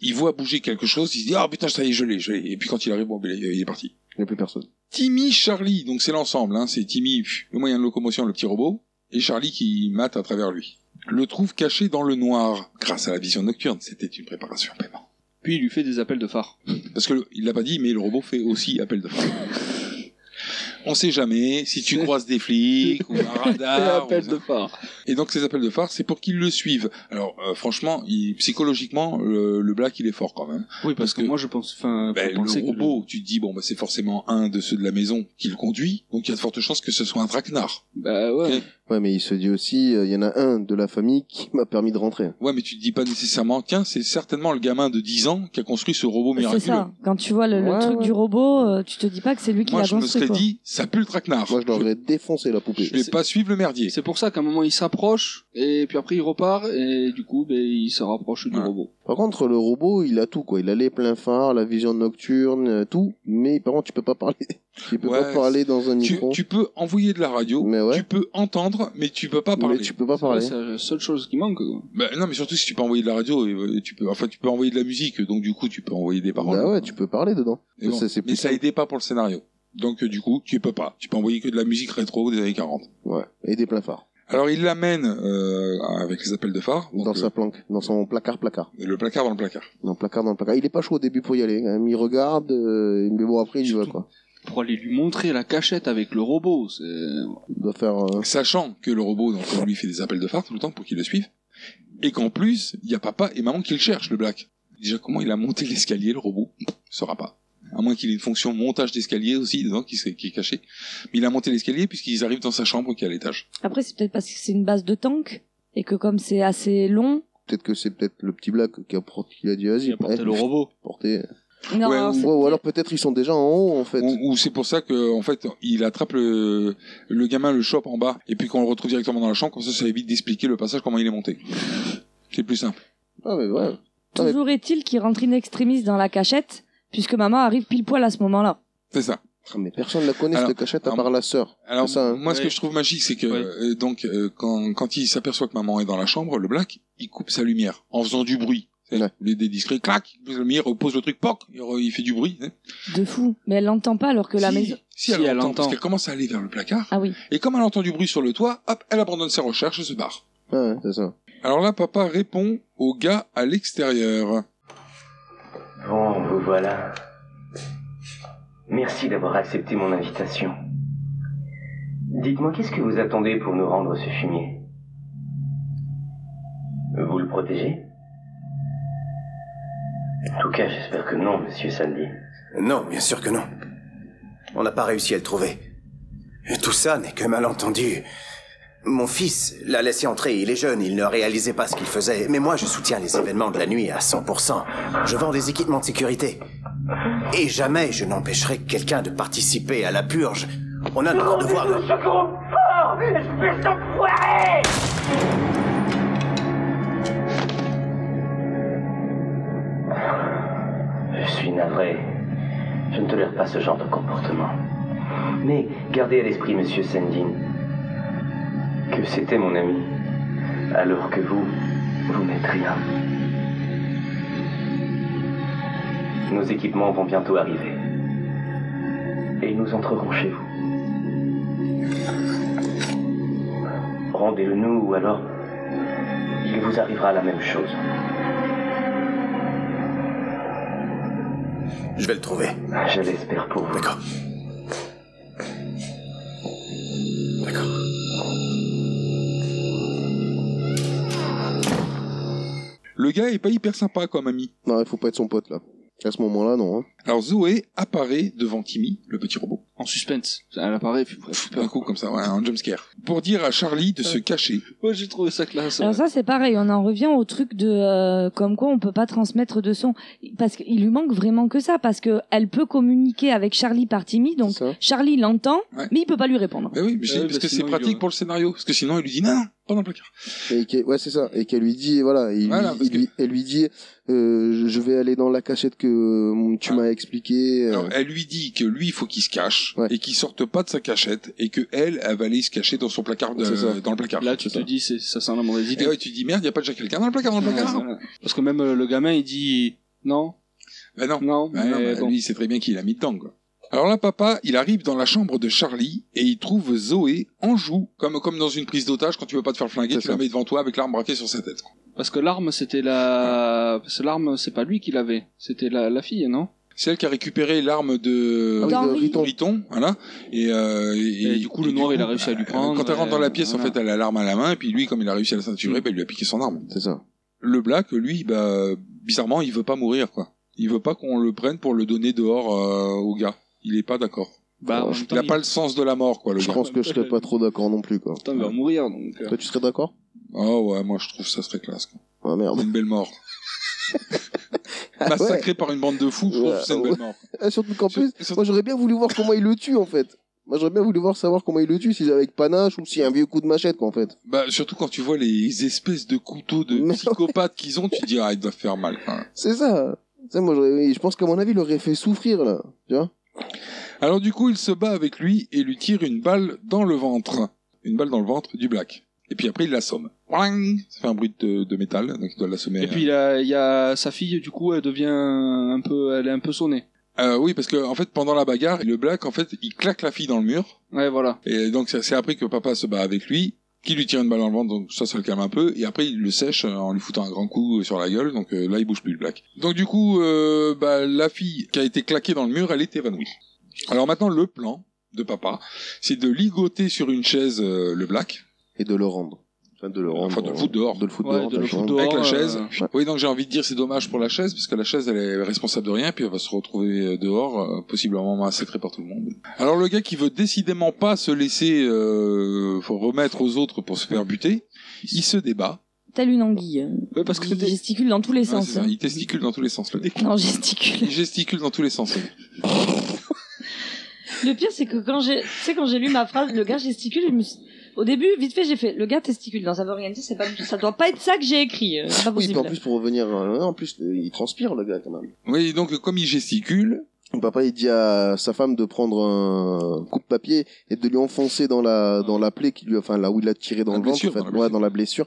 S6: Il voit bouger quelque chose, il se dit ah putain ça y est je l'ai, je l'ai. Et puis quand il arrive, bon, ben, il est- il est parti.
S2: Il n'y a plus personne.
S6: Timmy, Charlie, donc c'est l'ensemble, hein, c'est Timmy, pff, le moyen de locomotion, le petit robot, et Charlie qui mate à travers lui. Le trouve caché dans le noir, grâce à la vision nocturne, c'était une préparation à paiement.
S8: Puis il lui fait des appels de phare.
S6: Parce que le- il l'a pas dit, mais le robot fait aussi appel de phare. on sait jamais si tu croises des flics ou un radar.
S8: Et appel
S6: de phare. Et donc ces appels de phare, c'est pour qu'ils le suivent. Alors euh, franchement, il- psychologiquement, le, le black il est fort quand même.
S8: Oui, parce que moi je pense. Enfin,
S6: Ben,
S8: faut penser
S6: le
S8: que
S6: robot, tu te dis bon bah c'est forcément un de ceux de la maison qui le conduit, donc il y a de fortes chances que ce soit un traquenard.
S8: Bah ouais.
S2: Ouais, mais il se dit aussi, euh, il y en a un de la famille qui m'a permis de rentrer.
S6: Ouais, mais tu te dis pas nécessairement tiens, c'est certainement le gamin de 10 ans qui a construit ce robot
S7: C'est
S6: miraculeux.
S7: ça. Quand tu vois le, le
S6: Ouais,
S7: truc
S6: ouais.
S7: du robot, euh, tu te dis pas que c'est lui qui
S6: Moi
S7: l'a
S6: je me
S7: construit.
S6: serais
S7: quoi.
S6: dit ça pue le traquenard. Moi
S2: je l'aurais défoncé la poupée.
S6: Ah, Je vais pas suivre le merdier.
S8: C'est pour ça qu'à un moment il s'approche et puis après il repart et du coup ben, il se rapproche du robot.
S2: Par contre, le robot, il a tout, quoi. Il a les pleins phares, la vision nocturne, euh, tout. Mais par contre, tu peux pas parler. Tu peux
S6: Ouais,
S2: pas parler dans un
S6: Tu,
S2: micro.
S6: tu peux envoyer de la radio, tu peux entendre, mais tu peux pas parler.
S2: tu peux pas parler.
S8: C'est la seule chose qui manque. Quoi.
S6: Bah, non, mais surtout si tu peux envoyer de la radio, et, et tu peux, enfin tu peux envoyer de la musique, donc du coup tu peux envoyer des paroles.
S2: Bah ouais, tu peux parler dedans.
S6: Et bon,
S2: Ça, c'est
S6: mais ça aidait pas pour le scénario. Donc euh, du coup tu peux pas. Tu peux envoyer que de la musique rétro des années 40.
S2: Ouais. Et des pleins phares.
S6: Alors il l'amène euh, avec les appels de phare. euh,
S2: Dans sa planque, dans son placard, placard.
S6: Le placard dans le placard.
S2: Dans le placard, dans le placard. Il est pas chaud au début pour y aller. hein. Il regarde, euh, mais bon, après, il y va, quoi.
S8: Pour aller lui montrer la cachette avec le robot. c'est-
S2: doit faire. euh,
S6: Sachant que le robot, donc, on lui fait des appels de phare tout le temps pour qu'il le suive. Et qu'en plus, il y a papa et maman qui le cherchent, le black. Déjà, comment il a monté l'escalier, le robot On saura pas. À moins qu'il ait une fonction montage d'escalier aussi, dedans, qui, s'est- qui est cachée. Mais il a monté l'escalier puisqu'ils arrivent dans sa chambre qui est à l'étage.
S7: Après, c'est peut-être parce que c'est une base de tank et que comme c'est assez long.
S2: Peut-être que c'est peut-être le petit black qui a, porté- qui a dit, vas-y. porté
S8: le robot.
S2: Porté.
S7: Non, alors c'est-
S2: Ouais, ou alors peut-être ils sont déjà en haut, en fait.
S6: Ou, ou c'est pour ça que, en fait, il attrape le, le gamin, le chope en bas, et puis qu'on le retrouve directement dans la chambre, comme ça, ça évite d'expliquer le passage, comment il est monté. C'est plus simple.
S2: Ah, mais ouais.
S7: Toujours est-il qu'il rentre in extremis dans la cachette, puisque maman arrive pile poil à ce moment-là.
S6: C'est ça.
S2: Mais personne la connaît,
S6: Alors,
S2: cette cachette, à part la sœur.
S6: Alors,
S2: C'est ça, hein.
S6: moi, ce que je trouve magique, c'est que euh, donc euh, quand, quand il s'aperçoit que maman est dans la chambre, le black, il coupe sa lumière en faisant du bruit. C'est- Il est des discrets, clac, il pose la lumière, repose le truc, poc, il, re- il fait du bruit. hein.
S7: De fou. Mais elle l'entend pas alors que la
S6: Si,
S7: maison.
S6: Si, elle, entend, parce qu'elle commence à aller vers le placard.
S7: Ah oui.
S6: Et comme elle entend du bruit sur le toit, hop, elle abandonne ses recherches et se barre.
S2: Ah Ouais, c'est ça.
S6: Alors là, papa répond au gars à l'extérieur.
S12: Bon, vous voilà. Merci d'avoir accepté mon invitation. Dites-moi, qu'est-ce que vous attendez pour me rendre ce fumier Vous le protégez En tout cas, j'espère que non, monsieur Sandy.
S10: Non, bien sûr que non. On n'a pas réussi à le trouver. Et tout ça n'est que malentendu. Mon fils l'a laissé entrer, il est jeune, il ne réalisait pas ce qu'il faisait. Mais moi, je soutiens les événements de la nuit à 100%. Je vends des équipements de sécurité. Et jamais je n'empêcherai quelqu'un de participer à la purge. On a notre devoir de...
S4: fort Espèce d'enfoiré
S12: Je suis navré. Je ne tolère pas ce genre de comportement. Mais gardez à l'esprit, monsieur Sandin, que c'était mon ami, alors que vous, vous n'êtes rien. Nos équipements vont bientôt arriver. Et nous entrerons chez vous. Rendez-le nous ou alors il vous arrivera la même chose.
S10: Je vais le trouver.
S12: Je l'espère pour vous.
S10: D'accord. D'accord.
S6: Le gars est pas hyper sympa comme ami.
S2: Non, il faut pas être son pote, là. À ce moment-là, non. hein.
S6: Alors Zoé apparaît devant Timmy, le petit robot.
S8: En suspense. Elle apparaît, puis ouais,
S6: Pff, D'un coup, comme ça, ouais, un jumpscare. Pour dire à Charlie de se cacher.
S8: Moi j'ai trouvé ça classe.
S7: Alors
S8: ouais.
S7: ça c'est pareil, on en revient au truc de euh, comme quoi on peut pas transmettre de son parce qu'il lui manque vraiment que ça parce que elle peut communiquer avec Charlie par Timmy donc Charlie l'entend mais il peut pas lui répondre.
S6: Mais Eh oui, mais c'est-
S2: Ouais,
S6: parce
S2: bah
S6: que c'est
S2: sinon, il
S6: pratique
S2: aurait-
S6: pour le scénario. Parce que sinon, il lui dit non, non, pas dans le placard.
S2: Et qu'elle- ouais, c'est ça. Et qu'elle lui dit, voilà, il lui-
S6: Voilà, parce
S2: il lui- elle lui dit, euh, je- je vais aller dans la cachette que euh,
S6: Ah.
S2: tu m'as expliqué. euh.
S6: Alors, elle lui dit que lui, il faut qu'il se cache et qu'il sorte pas de sa cachette et que elle, elle va aller se cacher dans son placard, de-
S8: C'est ça.
S6: dans le placard.
S8: Là, tu te dis, c'est- ça sent la mauvaise idée.
S6: Et ouais, tu dis merde, y a pas déjà quelqu'un dans le placard, dans le
S8: Ouais,
S6: placard.
S8: voilà. Parce que même euh, le gamin, il dit non.
S6: Ben non.
S8: Non,
S6: Ben
S8: mais
S6: non, ben
S8: bon.
S6: lui, il sait très bien qu'il a mis dedans, quoi. Alors là, papa, il arrive dans la chambre de Charlie et il trouve Zoé en joue, comme, comme dans une prise d'otage, quand tu veux pas te faire flinguer, tu la mets devant toi avec l'arme braquée sur sa tête. quoi.
S8: Parce que l'arme, c'était la. Parce que l'arme, c'est pas lui qui l'avait. C'était la, la fille, non
S6: C'est elle qui a récupéré l'arme de
S8: Ah oui, de D'Henri. Riton.
S6: Riton, voilà. Et, euh, et, du coup, le noir, il a réussi à lui
S8: prendre,
S6: Quand elle rentre dans
S8: euh,
S6: la pièce, en
S8: voilà.
S6: fait, elle a l'arme à la main. Et puis lui, comme il a réussi à la ceinturer, bah, il lui a piqué son arme.
S2: C'est ça.
S6: Le Black, lui, bah, bizarrement, il veut pas mourir, quoi. Il veut pas qu'on le prenne pour le donner dehors euh, au gars. Il est pas d'accord.
S8: Bah, en même temps,
S6: il a
S8: il-
S6: pas le sens de la mort, quoi. Le
S2: Je
S6: gars.
S2: pense que je serais pas trop d'accord non plus, quoi.
S8: Putain, il va mourir, donc. euh.
S2: Toi, tu serais d'accord
S6: Oh ouais, moi je trouve ça serait classe. Quoi.
S2: Ah merde.
S6: Une belle mort. Massacré par une bande de fous, je trouve que c'est une belle mort.
S2: Ah, Surtout qu'en plus, moi j'aurais bien voulu voir comment il le tue en fait. Moi j'aurais bien voulu voir savoir comment il le tue, s'il est avec panache ou s'il y a un vieux coup de machette quoi en fait.
S6: Bah, surtout quand tu vois les espèces de couteaux de psychopathes qu'ils ont, tu te dis, ah, il doit faire mal. quoi.
S2: C'est ça. Ça, moi, j'aurais- je pense qu'à mon avis, il aurait fait souffrir là. Tu vois
S6: Alors, du coup, il se bat avec lui et lui tire une balle dans le ventre. Une balle dans le ventre du black. Et puis après, il l'assomme. Boing Ça fait un bruit de, de métal, donc il doit l'assommer.
S8: Et puis il a- il y a sa fille, du coup, elle devient un peu, elle est un peu sonnée.
S6: Euh, oui, parce que en fait, pendant la bagarre, le black, en fait, il claque la fille dans le mur.
S8: Ouais, voilà.
S6: Et donc, c'est c'est après que papa se bat avec lui, qui lui tire une balle dans le ventre, donc ça, ça le calme un peu. Et après, il le sèche euh, en lui foutant un grand coup sur la gueule. Donc euh, là, il bouge plus, le black. Donc du coup, euh, bah, la fille qui a été claquée dans le mur, elle est évanouie. Alors maintenant, le plan de papa, c'est de ligoter sur une chaise euh, le black.
S2: Et de le rendre. Enfin, de le rendre. euh,
S6: Enfin, de le foutre dehors.
S2: De le foutre
S6: Ouais,
S2: dehors,
S6: de le
S2: t'as
S6: foutre
S2: raison.
S6: dehors,
S8: euh,
S6: Avec la chaise. Oui, donc j'ai envie de dire c'est dommage pour la chaise, parce que la chaise elle est responsable de rien, puis elle va se retrouver dehors, euh, possiblement massacrée par tout le monde. Alors le gars qui veut décidément pas se laisser euh, faut remettre aux autres pour se faire buter, il se débat.
S7: Telle une anguille. euh,
S6: Ouais, parce que
S7: il gesticule dans tous les
S6: Ouais,
S7: sens.
S6: c'est ça, il testicule dans tous les sens. Le mec.
S7: Non, gesticule.
S6: Il gesticule dans tous les sens.
S7: Le pire, c'est que quand j'ai, tu sais, quand j'ai lu ma phrase, le gars gesticule, je me suis- au début, vite fait, j'ai fait, le gars testicule. Non, ça veut rien dire, c'est pas, ça doit pas être ça que j'ai écrit. euh, C'est pas
S2: Oui, puis
S7: possible.
S2: en plus, pour revenir. euh, en plus, euh, il transpire le gars quand même.
S6: Oui, donc comme il gesticule.
S2: Papa, il dit à sa femme de prendre un coup de papier et de lui enfoncer dans la, dans la plaie qui lui, enfin, là où il l'a tiré dans
S6: La
S2: le ventre,
S6: blessure,
S2: en fait.
S6: dans la
S2: Ouais, dans la blessure.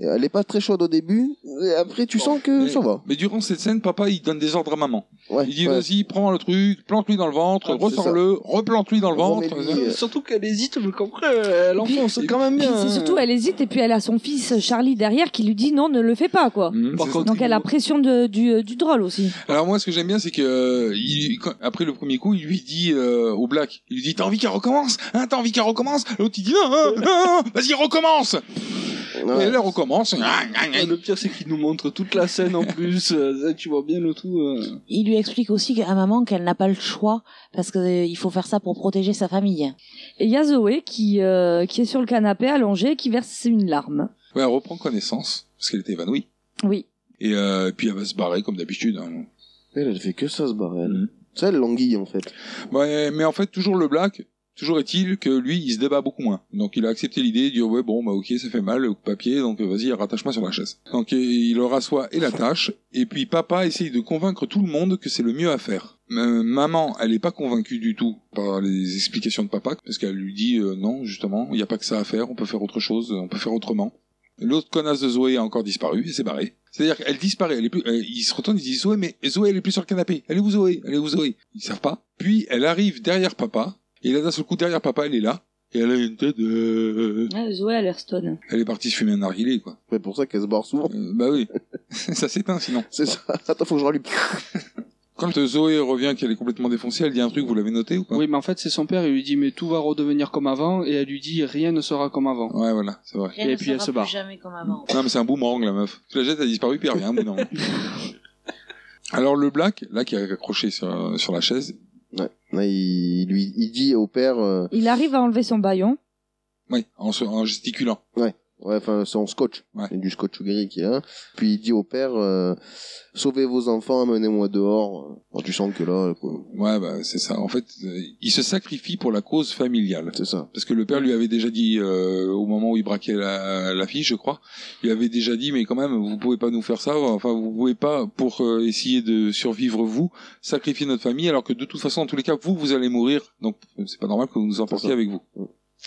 S2: Et Elle est pas très chaude au début, et après tu sens que
S6: Oh, mais,
S2: Euh, ça va.
S6: Mais durant cette scène, papa il donne des ordres à maman.
S2: Ouais,
S6: il dit
S2: ouais.
S6: vas-y, prends le truc, plante-lui dans le ventre,
S2: Ah, c'est
S6: ressors-le, replante-lui dans le ventre.
S8: Remets-lui, euh, Surtout qu'elle hésite, vous le comprenez, euh, elle enfonce quand même
S7: Puis
S8: bien. hein.
S7: c'est surtout, elle hésite, et puis elle a son fils Charlie derrière qui lui dit non, ne le fais pas, quoi.
S6: Par Mmh, c'est contre, ça.
S7: Donc elle a pression de, du, du drôle aussi.
S6: Alors moi, ce que j'aime bien, c'est que euh, il- quand- après le premier coup, il lui dit euh, au Black, il lui dit t'as envie qu'elle recommence, hein, t'as envie qu'elle recommence. L'autre il dit non, non, non, non, vas-y recommence. Et elle elle recommence.
S8: Le pire, c'est qu'il nous montre toute la scène en plus. euh, ça, tu vois bien le tout. euh.
S9: Il lui explique aussi à maman qu'elle n'a pas le choix parce que euh, il faut faire ça pour protéger sa famille.
S7: Et il y a Zoé qui, euh, qui est sur le canapé allongée, qui verse une larme.
S6: Ouais, elle reprend connaissance parce qu'elle était évanouie.
S7: Oui.
S6: Et euh, puis elle va se barrer comme d'habitude. hein.
S2: Elle, elle fait que ça, se barrer.
S6: Mm.
S2: elle. C'est elle, l'anguille, en fait.
S6: Ouais, mais en fait, toujours le Black. Toujours est-il que lui, il se débat beaucoup moins. Donc il a accepté l'idée, il dit ouais bon bah ok ça fait mal au papier, donc euh, vas-y rattache-moi sur la chaise. Donc euh, il le rassoit et l'attache, et puis papa essaye de convaincre tout le monde que c'est le mieux à faire. Euh, maman, elle n'est pas convaincue du tout par les explications de papa, parce qu'elle lui dit euh, non justement, il n'y a pas que ça à faire, on peut faire autre chose, on peut faire autrement. L'autre connasse de Zoé a encore disparu et s'est barrée. C'est-à-dire qu'elle disparaît, elle est plus, euh, ils se retournent, ils disent Zoé, mais Zoé, elle est plus sur le canapé. Elle est où Zoé Elle est où Zoé Ils savent pas. Puis elle arrive derrière papa, et là d'un seul coup derrière papa, elle est là, et elle a une tête de...
S7: Zoé à l'Airstone.
S6: Elle est partie se fumer un narguilé, quoi.
S2: C'est pour ça qu'elle se barre souvent.
S6: bah oui. ça s'éteint sinon.
S2: C'est ça. Attends, faut que je rallume.
S6: Quand euh, Zoé revient, qu'elle est complètement défoncée, elle dit un truc, vous l'avez noté ou pas
S8: Oui, mais en fait, c'est son père. Il lui dit, mais tout va redevenir comme avant. Et elle lui dit, rien ne sera comme avant.
S6: Ouais, voilà, c'est vrai.
S8: et puis elle se barre.
S9: Jamais comme avant.
S6: Non, mais c'est un boomerang, la meuf. Tu la jettes, elle disparu, puis elle revient, au bout d'un moment. Alors, le Black, là, qui est accroché sur, sur la chaise.
S2: Ouais. Là, il, il lui, il dit au père. euh,
S7: Il arrive à enlever son baillon.
S6: Oui, en, se- en gesticulant.
S2: Ouais. Ouais, enfin, c'est en scotch. C'est du scotch gris qui est là. Puis il dit au père euh, Sauvez vos enfants, amenez-moi dehors. Alors, tu sens que là. Quoi.
S6: Ouais, bah, c'est ça. En fait, euh, il se sacrifie pour la cause familiale.
S2: C'est ça.
S6: Parce que le père lui avait déjà dit, euh, au moment où il braquait la, la fille, je crois, il avait déjà dit, mais quand même, vous pouvez pas nous faire ça, enfin, vous pouvez pas, pour euh, essayer de survivre vous, sacrifier notre famille, alors que de toute façon, en tous les cas, vous, vous allez mourir. Donc, euh, c'est pas normal que vous nous emportiez avec vous.
S2: Mm.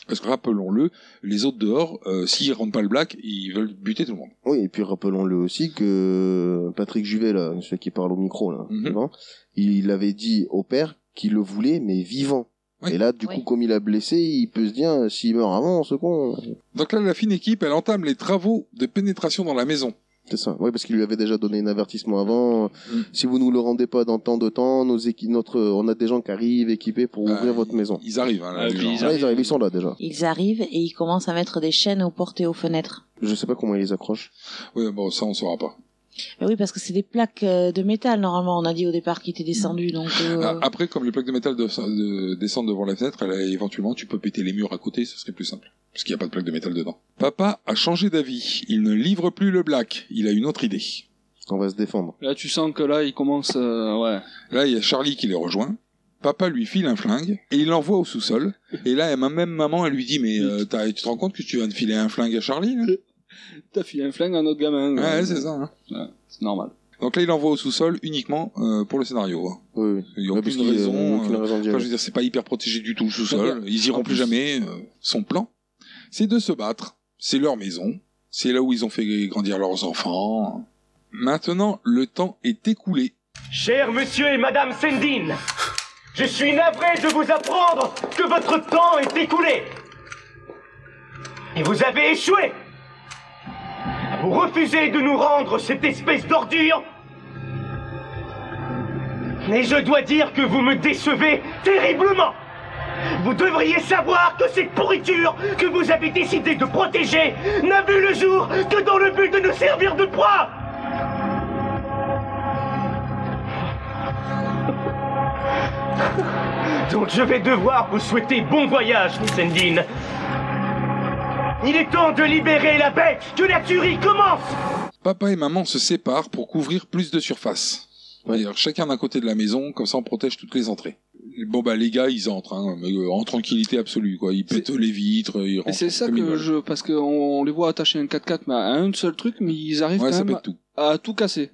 S6: Parce que rappelons-le, les autres dehors, euh, s'ils rentrent pas le black, ils veulent buter tout le monde.
S2: Oui, et puis rappelons-le aussi que Patrick Juvet, là, celui qui parle au micro, là,
S6: Mhm.
S2: devant, il avait dit au père qu'il le voulait, mais vivant. Et là, du coup, comme il a blessé, il peut se dire s'il meurt avant, ce con.
S6: Donc là, la fine équipe, elle entame les travaux de pénétration dans la maison.
S2: C'est ça. Oui, parce qu'il lui avait déjà donné un avertissement avant.
S6: Mhm.
S2: Si vous nous le rendez pas dans tant de temps, nos équi- notre, on a des gens qui arrivent équipés pour ouvrir votre maison.
S6: Euh, Ils arrivent. hein, là,
S2: Ouais,
S6: les gens.
S2: Ah, ils, arrivent, ils sont là déjà.
S9: Ils arrivent et ils commencent à mettre des chaînes aux portes et aux fenêtres.
S2: Je sais pas comment ils les accrochent.
S6: Oui, bon, ça on saura pas.
S9: Mais oui, parce que c'est des plaques euh, de métal, normalement, on a dit au départ qu'ils étaient descendus, donc... euh,
S6: Ah, Après, comme les plaques de métal de- de- descendent devant la fenêtre, elle a- éventuellement tu peux péter les murs à côté, ce serait plus simple. Parce qu'il n'y a pas de plaque de métal dedans. Papa a changé d'avis. Il ne livre plus le black. Il a une autre idée.
S2: On va se défendre.
S6: Là, tu sens que là, il commence.
S8: euh,
S6: ouais. Là, il y a Charlie qui les rejoint. Papa lui file un flingue et il l'envoie au sous-sol. Et là, ma même maman, elle lui dit Mais euh, t'as- tu te rends compte que tu viens de filer un flingue à Charlie là
S8: T'as filé un flingue à un autre gamin.
S6: Ouais, c'est ça. hein.
S8: C'est normal.
S6: Donc là, il l'envoie au sous-sol uniquement euh, pour le scénario. hein.
S2: Oui,
S6: Il n'y a
S2: Ouais,
S6: aucune
S2: parce qu'il y a
S6: raison.
S2: aucune
S6: euh,
S2: raison d'y
S6: enfin,
S2: aller.
S6: je veux dire, c'est pas hyper protégé du tout le
S2: Ouais.
S8: euh,
S6: sous-sol. Ils iront
S2: En
S6: plus
S2: plus-
S6: jamais. euh, son plan, c'est de se battre. C'est leur maison. C'est là où ils ont fait grandir leurs enfants. Maintenant, le temps est écoulé.
S4: Cher monsieur et madame Sendin, je suis navré de vous apprendre que votre temps est écoulé. Et vous avez échoué. Vous refusez de nous rendre cette espèce d'ordure. Mais je dois dire que vous me décevez terriblement. Vous devriez savoir que cette pourriture que vous avez décidé de protéger n'a vu le jour que dans le but de nous servir de proie. Donc je vais devoir vous souhaiter bon voyage, Sendin. Il est temps de libérer la bête, que la tuerie commence
S6: Papa et maman se séparent pour couvrir plus de surface. D'ailleurs, chacun d'un côté de la maison, comme ça on protège toutes les entrées. Bon bah les gars, ils entrent, hein, mais, euh, en tranquillité absolue quoi. Ils pètent les vitres, ils rentrent.
S8: Mais c'est ça
S6: comme ils
S8: que
S6: veulent.
S8: je. Parce qu'on les voit attacher un 4x4 mais à un seul truc, mais ils arrivent
S6: Ouais,
S8: quand
S6: ça
S8: même
S6: pète tout.
S8: à tout casser.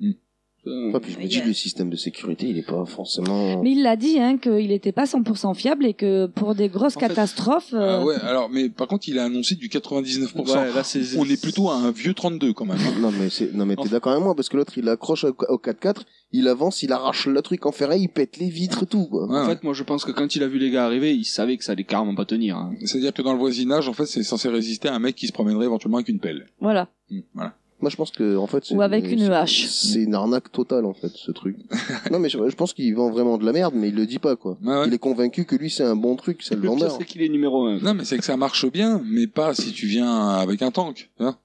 S8: Euh,
S2: Ah, puis je me dis, le système de sécurité, il est pas forcément.
S7: Mais il l'a dit hein, qu'il n'était pas 100% fiable et que pour des grosses catastrophes, euh,
S6: Ah ouais, alors mais par contre, il a annoncé du 99%.
S2: Ouais, là, c'est-
S6: on est plutôt à un vieux 32 quand même. hein.
S2: Non mais c'est non mais t'es d'accord avec moi parce que l'autre il accroche au au 4x4, il avance, il arrache le truc en ferraille, il pète les vitres tout quoi.
S8: en fait, moi je pense que quand il a vu les gars arriver, il savait que ça allait carrément pas tenir. hein.
S6: C'est-à-dire que dans le voisinage, en fait, c'est censé résister à un mec qui se promènerait éventuellement avec une pelle. Hmm,
S7: voilà.
S6: Voilà.
S2: Moi je pense que en fait c'est-
S7: Ou avec une
S2: c'est-
S7: hache.
S2: C'est une arnaque totale en fait ce truc. non mais je, je pense qu'il vend vraiment de la merde mais il le dit pas quoi. Il est convaincu que lui c'est un bon truc, c'est le, vendeur.
S8: qu'il est numéro 1.
S6: Non, mais c'est que ça marche bien, mais pas si tu viens avec un tank. Hein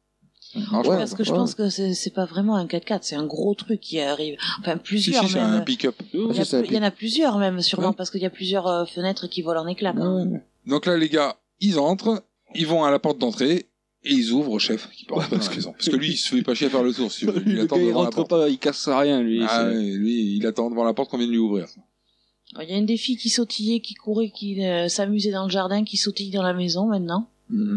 S6: Ça marche pas.
S9: parce que je
S6: Ouais.
S9: pense que c'est c'est pas vraiment un 4x4, c'est un gros truc qui arrive. Enfin, plusieurs
S6: Si, si, c'est
S9: même.
S6: un pick-up.
S8: Oh,
S9: Il y, a plus- il y en a plusieurs même, sûrement, parce qu'il y a plusieurs euh, fenêtres qui volent en éclats. quand même.
S6: Donc là, les gars, ils entrent, ils vont à la porte d'entrée et ils ouvrent au chef qui porte dans la maison. Parce que lui, il se fait pas chier à faire le tour. Si tu veux. il
S8: Le
S6: attend
S8: gars, il
S6: devant la
S8: rentre
S6: porte.
S8: pas, il casse rien lui.
S6: Ah,
S8: c'est-
S6: ouais, lui, il attend devant la porte qu'on vienne lui ouvrir.
S9: Il y a une des filles qui sautillait, qui courait, qui euh, s'amusait dans le jardin, qui sautille dans la maison maintenant.
S8: Mhm.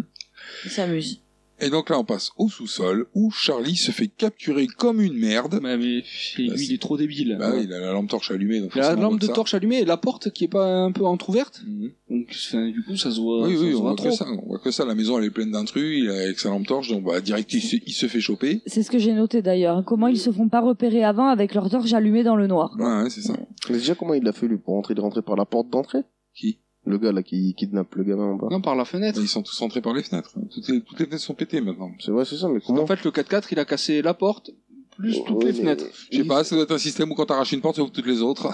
S9: Ils s'amusent.
S6: Et donc là, on passe au sous-sol où Charlie se fait capturer comme une merde.
S8: Mais, lui, il est trop débile.
S6: Bah,
S8: Ouais.
S6: Il a la lampe torche allumée. Donc
S8: Il y a La
S6: forcément, on
S8: lampe
S6: voit
S8: de
S6: ça. Mhm.
S8: torche allumée et la porte qui est pas un peu entrouverte. Donc enfin, du coup ça se voit.
S6: Oui,
S8: ça
S6: oui,
S8: se
S6: on
S8: voit
S6: voit, que
S8: trop.
S6: ça, on voit que ça. La maison, elle est pleine d'intrus. Il est avec sa lampe torche, donc bah, direct, il se, il se fait choper.
S7: C'est ce que j'ai noté d'ailleurs. hein. Comment ils se font pas repérer avant avec leur torche allumée dans le noir.
S6: Ouais, ouais, c'est ça.
S2: Mais déjà comment il l'a fait lui pour rentrer, il est rentré par la porte d'entrée
S6: Qui Bah,
S2: Le gars là qui kidnappe le gamin en bas.
S8: Non, par la fenêtre.
S6: Ils sont tous entrés par les fenêtres. Toutes les, toutes les fenêtres sont pétées maintenant.
S2: C'est vrai, c'est ça, mais comment
S8: En fait, le 4x4, il a cassé la porte, plus toutes les
S6: Ouais, Oh, mais-
S8: fenêtres.
S6: Je sais pas, ça doit être un système où quand t'arraches une porte, ça ouvre toutes les autres.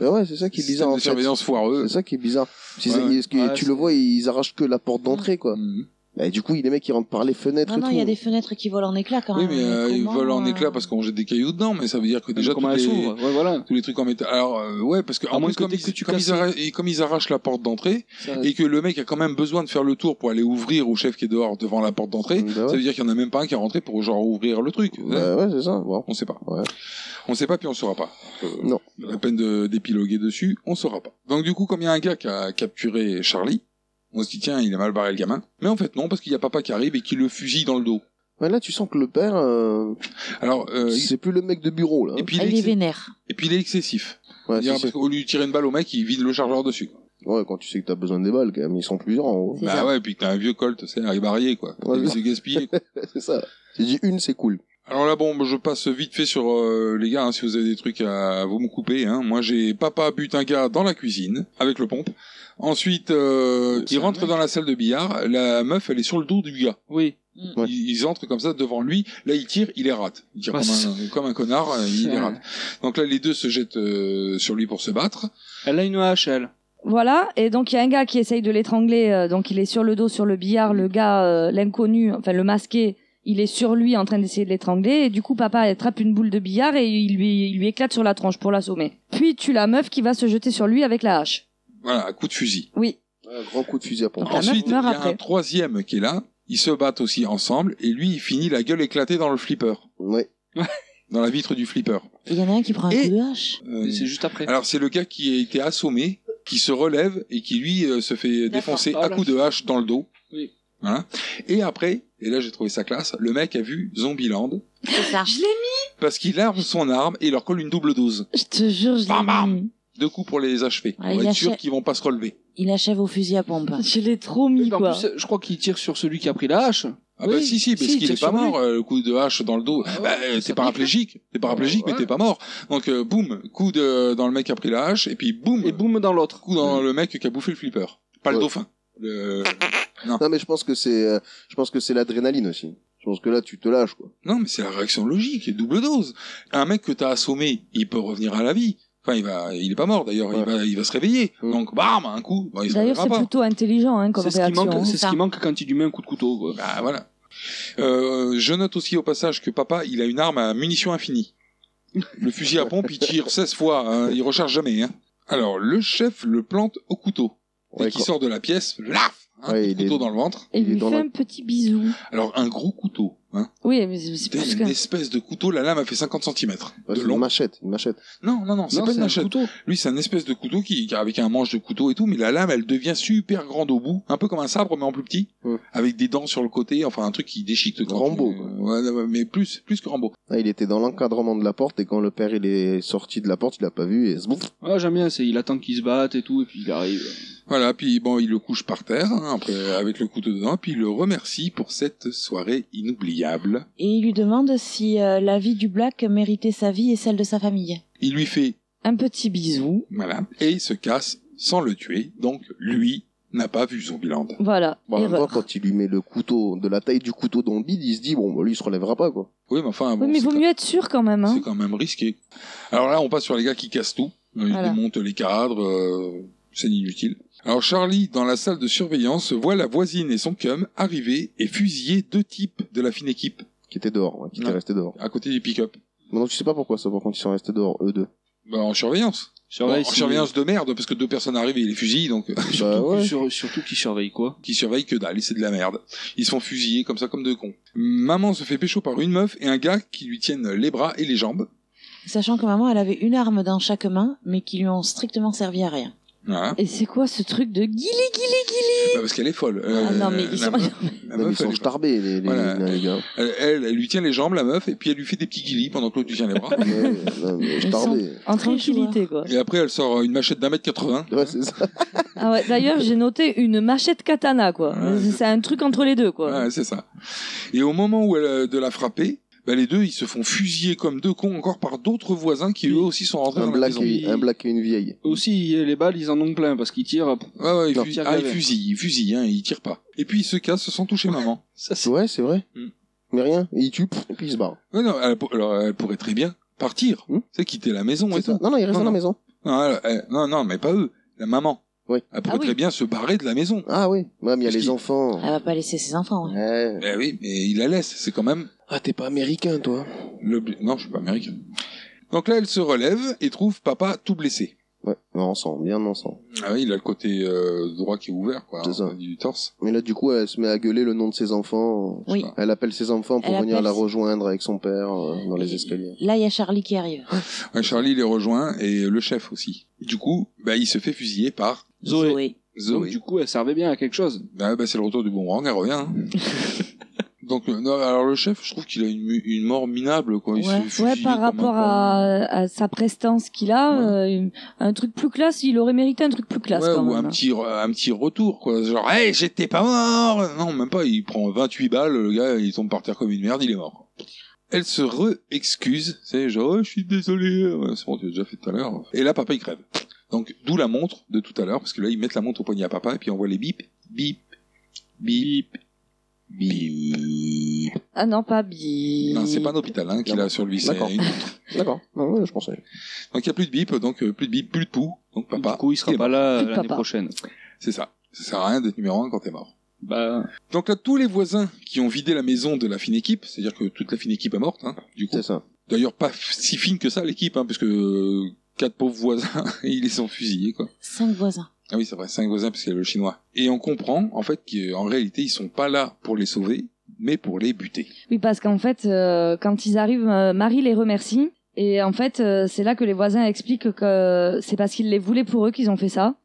S2: Bah ouais, c'est ça qui est
S6: Système
S2: bizarre
S6: de
S2: en fait.
S6: surveillance foireux.
S2: C'est ça qui est bizarre. Parce qu'ils-
S6: Ouais, ouais.
S2: parce que
S6: Ouais,
S2: tu
S6: c'est- Mm.
S2: le vois, ils arrachent que la porte d'entrée quoi.
S6: Mhm.
S2: Bah, du coup, les mecs ils rentrent par les fenêtres
S9: Non, non,
S2: et
S9: il
S2: tout.
S9: y a des fenêtres qui volent en éclats quand
S6: Oui,
S9: même.
S6: mais euh, ils
S9: Bah, comment,
S6: volent en
S9: euh,
S6: éclats parce qu'on jette des cailloux dedans, mais ça veut dire que déjà
S8: comment
S6: toutes
S8: elles
S6: les-
S8: s'ouvrent, Ah, ouais, voilà.
S6: tous les trucs en métal. Alors euh, ouais, parce que
S8: À
S6: en
S8: moins
S6: plus
S8: que
S6: comme,
S8: dès
S6: ils,
S8: que tu
S6: comme,
S8: casses-
S6: ils arrachent, et comme ils arrachent la porte d'entrée
S8: Ça-
S6: et que le mec a quand même besoin de faire le tour pour aller ouvrir au chef qui est dehors devant la porte d'entrée,
S2: Bah Ah ouais.
S6: ça veut dire qu'il y en a même pas un qui est rentré pour genre ouvrir le truc. hein
S2: Bah ouais, c'est ça. Bon. euh,
S6: On sait pas. On sait pas puis on saura pas. non. La peine de d'épiloguer dessus, on saura pas. Donc du coup, comme il y a un gars qui a capturé Charlie, on se dit tiens, il est mal barré le gamin. Mais en fait non, parce qu'il y a papa qui arrive et qui le fusille dans le dos.
S2: Ouais, là, tu sens que le père, euh,
S6: Alors euh,
S2: c'est plus le mec de bureau là.
S6: Et puis, il est
S9: Elle est
S6: excessif.
S9: vénère.
S6: Et puis il est excessif.
S2: Ouais,
S6: C'est-à-dire,
S2: c'est
S6: parce
S2: ça.
S6: qu'au lieu de tirer une balle au mec, il vide le chargeur dessus.
S2: Ouais, quand tu sais que t'as besoin des balles, quand même, ils sont plusieurs en haut.
S6: Bah ouais, puis que t'as un vieux Colt, c'est un barrier quoi.
S2: Ouais,
S6: Il
S2: c'est
S6: s'est gaspillé.
S2: c'est ça. J'ai dit une, c'est cool.
S6: Alors là, bon, je passe vite fait sur euh, les gars. hein, si vous avez des trucs à vous me couper. Hein. Moi, j'ai papa bute un gars dans la cuisine avec le pompe. Ensuite, euh, il rentre dans la salle de billard. La meuf, elle est sur le dos du gars.
S8: Oui.
S2: Ouais.
S6: Ils, ils entrent comme ça devant lui. Là, il tire, il les rate. Il tire
S8: Ouais,
S6: comme,
S8: c'est
S6: un, comme un connard, euh, il les
S8: Ouais.
S6: rate. Donc là, les deux se jettent euh, sur lui pour se battre.
S8: Elle a une hache, elle.
S7: Voilà, et donc il y a un gars qui essaye de l'étrangler, euh, donc il est sur le dos, sur le billard, le gars, euh, l'inconnu, enfin le masqué, il est sur lui en train d'essayer de l'étrangler, et du coup papa attrape une boule de billard et il lui, il lui éclate sur la tronche pour l'assommer. Puis tue la meuf qui va se jeter sur lui avec la hache.
S6: Voilà, un coup de fusil.
S7: Oui.
S2: Un grand coup de fusil à pompe.
S7: la meuf
S6: Ensuite, il y a
S7: meurt
S6: un
S7: après.
S6: troisième qui est là. Ils se battent aussi ensemble et lui, il finit la gueule éclatée dans le flipper.
S2: Ouais.
S6: dans la vitre du flipper.
S9: Il y en a un qui prend un coup de hache.
S6: Euh,
S8: c'est juste après.
S6: Alors c'est le gars qui a été assommé, qui se relève et qui lui euh, se fait défoncer à coups de hache dans le dos.
S8: Oui.
S6: Voilà. Et après, et là j'ai trouvé sa classe, le mec a vu Zombieland
S9: C'est ça. Je l'ai mis.
S6: parce qu'il arme son arme et il leur colle une double dose.
S9: Je te jure, je l'ai
S6: Bam, bam.
S9: mis.
S6: Deux coups pour les achever.
S9: Ouais,
S6: On
S9: il
S6: est
S9: a
S6: sûr
S9: fait-
S6: qu'ils vont pas se relever.
S9: Il achève au fusil à pompe.
S7: Je l'ai trop mis,
S8: En plus, je crois qu'il tire sur celui qui a pris la hache.
S6: Ah bah si si, parce qu'il est pas mort, euh, le coup de hache dans le dos. bah, euh, t'es paraplégique, t'es paraplégique mais t'es pas mort. Donc euh, boum, coup de, dans le mec qui a pris la hache et puis boum. Et
S8: boum dans l'autre.
S6: Coup dans le mec qui a bouffé le flipper. Pas le dauphin. Le... Non.
S2: mais je pense que c'est, euh, je pense que c'est l'adrénaline aussi. Je pense que là, tu te lâches, quoi.
S6: Non, mais c'est la réaction logique, double dose. Un mec que t'as assommé, il peut revenir à la vie. Enfin, il va, il est pas mort d'ailleurs, il va, il va se réveiller. Donc, bam, un coup, bon, il se
S7: D'ailleurs
S6: réveillera
S7: c'est
S6: pas.
S7: plutôt intelligent hein, comme
S6: C'est ce qui
S7: réaction.
S6: manque-
S7: hein.
S6: c'est ce qui
S8: manque quand il lui met un coup de couteau. Quoi.
S6: Bah voilà. Euh, je note aussi au passage que papa, il a une arme à munitions infinies. Le fusil à pompe, il tire 16 fois, hein, il recharge jamais. hein. Alors, le chef le plante au couteau. Dès
S2: Ouais,
S6: qu'il
S2: quand-
S6: sort de la pièce, laf, un
S2: Ouais,
S6: coup de
S2: il est-
S6: couteau dans le ventre.
S7: Et lui
S6: dans
S7: fait
S6: la-
S7: un petit bisou.
S6: Alors, un gros couteau. Hein.
S7: Oui, mais c'est c'est
S6: Putain,
S7: plus
S6: une
S7: qu'un...
S6: espèce de couteau, la lame a fait 50 cm de
S2: c'est une
S6: long.
S2: machette, une machette.
S6: Non, non, non, c'est
S8: Non,
S6: pas
S8: c'est
S6: une
S8: un
S6: machette.
S8: couteau.
S6: Lui, c'est un espèce de couteau qui, qui- avec un manche de couteau et tout, mais la lame, elle devient super grande au bout, un peu comme un sabre, mais en plus petit, avec des dents sur le côté, enfin un truc qui déchique.
S2: Rambo,
S6: mais plus, plus que Rambo.
S2: Ah, il était dans l'encadrement de la porte et quand le père il est sorti de la porte, il l'a pas vu et zbouf.
S8: Ah, j'aime bien, c'est il attend qu'ils se battent et tout, et puis il arrive.
S6: Voilà, puis bon, il le couche par terre, hein, après, avec le couteau dedans, puis il le remercie pour cette soirée inoubliable.
S9: Et il lui demande si euh, la vie du Black méritait sa vie et celle de sa famille.
S6: Il lui fait,
S7: Un petit bisou.
S6: voilà, et il se casse sans le tuer, donc lui n'a pas vu Zombieland.
S7: Voilà.
S2: Bon, en même temps,
S7: erreur.
S2: quand il lui met le couteau de la taille du couteau dans le bide, il se dit bon, bah, lui il se relèvera pas quoi.
S6: Oui, mais enfin, bon,
S7: oui, mais
S6: c'est
S7: vaut
S6: quand-
S7: mieux être sûr quand même. Hein.
S6: C'est quand même risqué. Alors là, on passe sur les gars qui cassent tout. Euh, Ils
S7: Voilà.
S6: démontent les cadres. euh, c'est inutile. Alors Charlie, dans la salle de surveillance, voit la voisine et son cum arriver et fusiller deux types de la fine équipe
S2: Qui était dehors, ouais, qui était
S6: Ouais.
S2: resté dehors.
S6: à côté du pick-up.
S2: Mais donc je sais pas pourquoi ça, par contre ils sont restés dehors eux deux.
S6: Bah, en surveillance.
S2: Ah
S8: Surveille
S6: Bon, en
S8: si-
S6: surveillance de merde, parce que deux personnes arrivent et ils les fusillent, donc euh,
S2: Bah
S8: Surtout,
S2: ouais.
S8: sur- surtout qu'il surveille quoi
S6: qui surveillent que dalle, et c'est de la merde. Ils se font fusiller comme ça, comme deux cons. Maman se fait pécho par une meuf et un gars qui lui tiennent les bras et les jambes.
S9: Sachant que maman, elle avait une arme dans chaque main, mais qui lui ont strictement servi à rien.
S6: Voilà.
S7: Et c'est quoi ce truc de guili, guili, guili
S6: Bah, parce qu'elle est folle. Euh,
S9: Ah non, mais ils
S6: la
S9: sont-
S6: meuf- la
S2: Non, mais
S6: meuf,
S2: ils
S6: elle
S2: sont
S6: est
S2: starbés les, les,
S6: Voilà.
S2: les- les gars.
S6: Elle, elle, elle lui tient les jambes, la meuf, et puis elle lui fait des petits guillis pendant que l'autre lui tient les bras.
S2: Ouais, non, mais
S7: Ils sont
S2: starbés.
S7: en tranquillité, quoi.
S6: Et après, elle sort euh, une machette d'un mètre 80.
S2: Ouais, c'est ça.
S7: Ah ouais, d'ailleurs, j'ai noté une machette katana, quoi.
S6: Ouais,
S7: C'est- c'est un truc entre les deux, quoi.
S6: Ouais, c'est ça. Et au moment où elle euh, de la frapper, bah, les deux, ils se font fusiller comme deux cons encore par d'autres voisins qui eux aussi sont rentrés
S2: Un
S6: dans la
S2: black,
S6: maison.
S2: et, un black et une vieille.
S8: Aussi, les balles, ils en ont plein parce qu'ils tirent.
S6: Ouais, ouais, ils
S8: Non,
S6: fusillent,
S8: tire
S6: ah, ils
S8: gavé.
S6: fusillent, ils fusillent, hein, ils tirent pas. Et puis ils se cassent sans toucher maman.
S8: Ça, c'est-
S2: Ouais, c'est vrai.
S6: Mm.
S2: Mais rien, il tue pff, et puis il se barre.
S6: Ouais, non, elle, pour- alors, elle pourrait très bien partir,
S2: Hmm.
S6: c'est quitter la maison
S2: C'est
S6: et
S2: ça.
S6: tout.
S2: Non, non, il reste
S6: Non,
S2: dans la
S6: non.
S2: maison.
S6: Non, elle- elle- non, non, mais pas eux, la maman.
S2: Oui.
S6: Elle pourrait
S7: Ah oui.
S6: très bien se barrer de la maison.
S2: Ah oui, ouais, mais il y a
S6: Parce Ah
S2: les
S6: qu'il-
S2: enfants.
S9: Elle va pas laisser ses enfants. hein.
S2: Ouais.
S6: Eh oui, mais il la laisse, c'est quand même
S2: Ah, t'es pas américain, toi
S6: Le bl- Non, je suis pas américain. Donc là, elle se relève et trouve papa tout blessé.
S2: Ouais, mais on sent, bien on sent.
S6: Ah oui, il a le côté euh, droit qui est ouvert, quoi,
S2: C'est
S6: hein,
S2: ça.
S6: du torse.
S2: Mais là, du coup, elle se met à gueuler le nom de ses enfants.
S9: Oui.
S2: Elle appelle ses enfants pour
S9: Elle
S2: venir
S9: appelle
S2: la
S9: ses-
S2: rejoindre avec son père euh, dans les
S9: Et-
S2: escaliers.
S9: Là, il y a Charlie qui arrive.
S6: Ouais, Charlie les rejoint et le chef aussi. Du coup, bah, il se fait fusiller par
S8: Zoé. Donc,
S6: Zoé.
S8: du coup, elle servait bien à quelque chose.
S6: Bah, bah, c'est le retour du boomerang, elle revient. hein. Donc, euh, non, alors le chef, je trouve qu'il a une, mu- une mort minable, quoi. Il se
S9: Ouais.
S6: fait
S7: Ouais,
S6: fusiller
S7: par
S6: comme un hein.
S7: rapport
S6: con.
S7: à, à sa prestance qu'il a, euh, un truc plus classe, il aurait mérité un truc plus classe,
S6: Ouais,
S7: quand
S6: ou
S7: même.
S6: un petit, re- un petit retour, quoi. Genre, hey, j'étais pas mort Non, même pas, il prend 28 balles, le gars, il tombe par terre comme une merde, il est mort. Elle se re-excuse, c'est genre, oh, je suis désolé, Ouais, c'est bon, tu l'as déjà fait tout à l'heure. Et là, papa, il crève. Donc, d'où la montre de tout à l'heure, parce que là, ils mettent la montre au poignet à papa, et puis on voit les bips, bip, bip, bip.
S7: Ah non, pas bip.
S6: Non, c'est pas un hôpital hein, qu'il a sur lui, c'est
S2: D'accord.
S6: une autre.
S2: D'accord. Non, ouais, je pensais.
S6: Donc il n'y a plus de bip, donc euh, plus de bip, plus de pou. Donc papa. Du coup, il sera
S8: pas là, euh, Plus de l'année papa. prochaine.
S6: C'est ça. Ça sert à rien d'être numéro un quand t'es mort. Bah. Donc là, tous les voisins qui ont vidé la maison de la fine équipe, c'est-à-dire que toute la fine équipe est morte, hein, du coup. C'est
S2: ça.
S6: D'ailleurs, pas f- si fine que ça l'équipe, hein, parce que euh, quatre pauvres voisins, ils les sont fusillés, quoi.
S9: Cinq voisins.
S6: Ah oui, c'est vrai, cinq voisins parce qu'il y a le chinois. Et on comprend, en fait, qu'en réalité, ils sont pas là pour les sauver, mais pour les buter.
S7: Oui, parce qu'en fait, euh, quand ils arrivent, euh, Marie les remercie. Et en fait, euh, c'est là que les voisins expliquent que c'est parce qu'ils les voulaient pour eux qu'ils ont fait ça.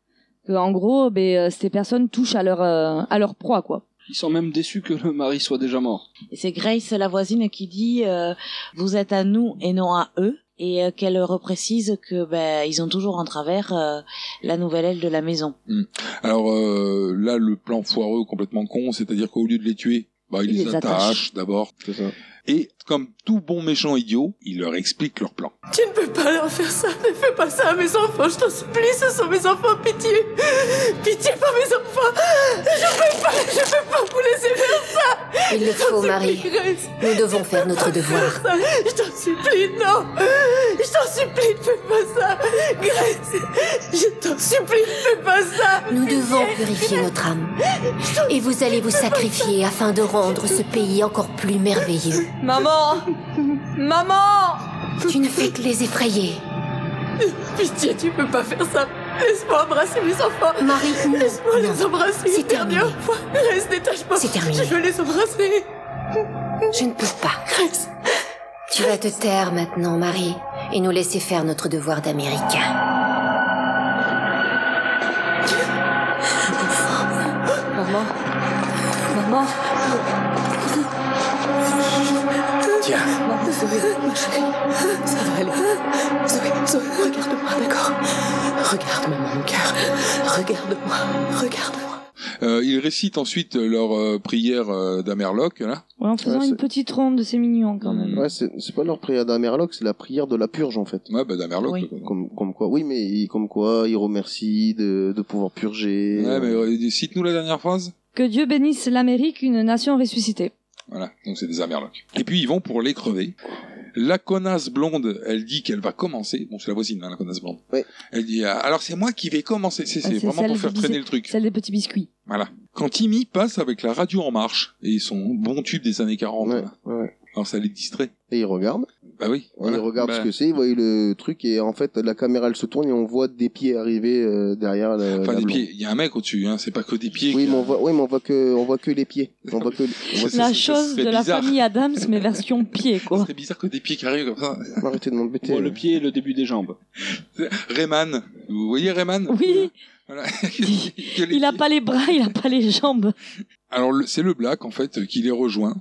S7: Que, en gros, ben, euh, ces personnes touchent à leur, euh, à leur proie, quoi.
S8: Ils sont même déçus que le mari soit déjà mort.
S9: Et c'est Grace, la voisine, qui dit euh, Vous êtes à nous et non à eux », et euh, qu'elle reprécise que ben ils ont toujours en travers euh, la nouvelle aile de la maison.
S6: Hmm. Alors euh, là, le plan foireux, complètement con, c'est-à-dire qu'au lieu de les tuer, bah, il, les, attache, d'abord. Et comme tout bon méchant idiot, il leur explique leur plan.
S13: Tu ne peux pas leur faire ça, ne fais pas ça à mes enfants, je t'en supplie, ce sont mes enfants, pitié Pitié pour mes enfants Je peux pas, je peux pas vous laisser faire ça
S14: Il le
S13: Je t'en
S14: faut, Marie.
S13: supplie, Grace.
S14: Nous devons faire notre devoir.
S13: Faire ça. Je t'en supplie, non Je t'en supplie, ne fais pas ça Grace, je t'en supplie, ne fais pas ça
S14: Nous devons purifier notre âme. Et vous allez vous sacrifier afin de rendre ce pays encore plus merveilleux.
S13: Maman Maman
S14: Tu ne fais que les effrayer.
S13: Pitié, tu peux pas faire ça. Laisse-moi embrasser mes enfants.
S14: Marie,
S13: laisse-moi les embrasser. C'est terminé. Grace, détache-moi. C'est terminé. Je veux les embrasser.
S14: Je ne peux pas. Tu vas te taire maintenant, Marie, et nous laisser faire notre devoir d'Américain.
S13: Maman. Maman.
S10: Tiens.
S13: Maman, Zoé, ça va aller. Zoé, Zoé, regarde-moi, d'accord Regarde, maman, mon cœur. Regarde-moi, regarde-moi.
S6: Euh, ils récitent ensuite leur euh, prière euh, d'Amerloc, là.
S7: Ouais, en faisant
S6: Ouais, c'est-
S7: une petite ronde de ces mignons, quand même.
S2: Ouais, c'est c'est pas leur prière d'Amerloc, c'est la prière de la purge en fait.
S6: Ouais, bah d'Amerloc.
S2: Comme, comme quoi, oui, mais il- comme quoi, il remercie de, de pouvoir purger.
S6: Ouais, mais euh, cite-nous la dernière phrase.
S7: Que Dieu bénisse l'Amérique, une nation ressuscitée.
S6: Voilà, donc c'est des Amerlocs. Et puis ils vont pour les crever. La connasse blonde, elle dit qu'elle va commencer. Bon, c'est la voisine, hein, la connasse blonde. Elle dit ah, alors c'est moi qui vais commencer. C'est c'est
S7: Ouais,
S6: vraiment
S7: celle
S6: pour faire
S7: qui
S6: traîner
S7: disait-
S6: le truc.
S7: Celle des petits biscuits.
S6: Voilà. Quand Timmy passe avec la radio en marche et son bon tube des années 40, là. alors ça les distrait.
S2: Et ils regardent.
S6: Bah oui.
S2: Ils regardent
S6: Bah,
S2: ce que c'est, ils voient le truc et en fait la caméra elle se tourne et on voit des pieds arriver euh, derrière la,
S6: Enfin,
S2: la
S6: des
S2: blonde.
S6: pieds. Il y a un mec au-dessus, hein, c'est pas que des pieds.
S2: Oui,
S6: qui-
S2: mais on voit, oui, mais on voit que, on voit que les pieds. On voit que. on voit que-
S7: La chose de la famille Adams, mais version pied, quoi.
S6: C'est bizarre que des pieds qui arrivent comme ça.
S2: Arrêtez de m'embêter.
S6: le pied et le début des jambes. Rayman. Vous voyez Rayman
S7: Oui,
S6: Que les-
S7: il a pas les bras, il a pas les jambes.
S6: Alors, le- c'est le Black, en fait, euh, qui les rejoint.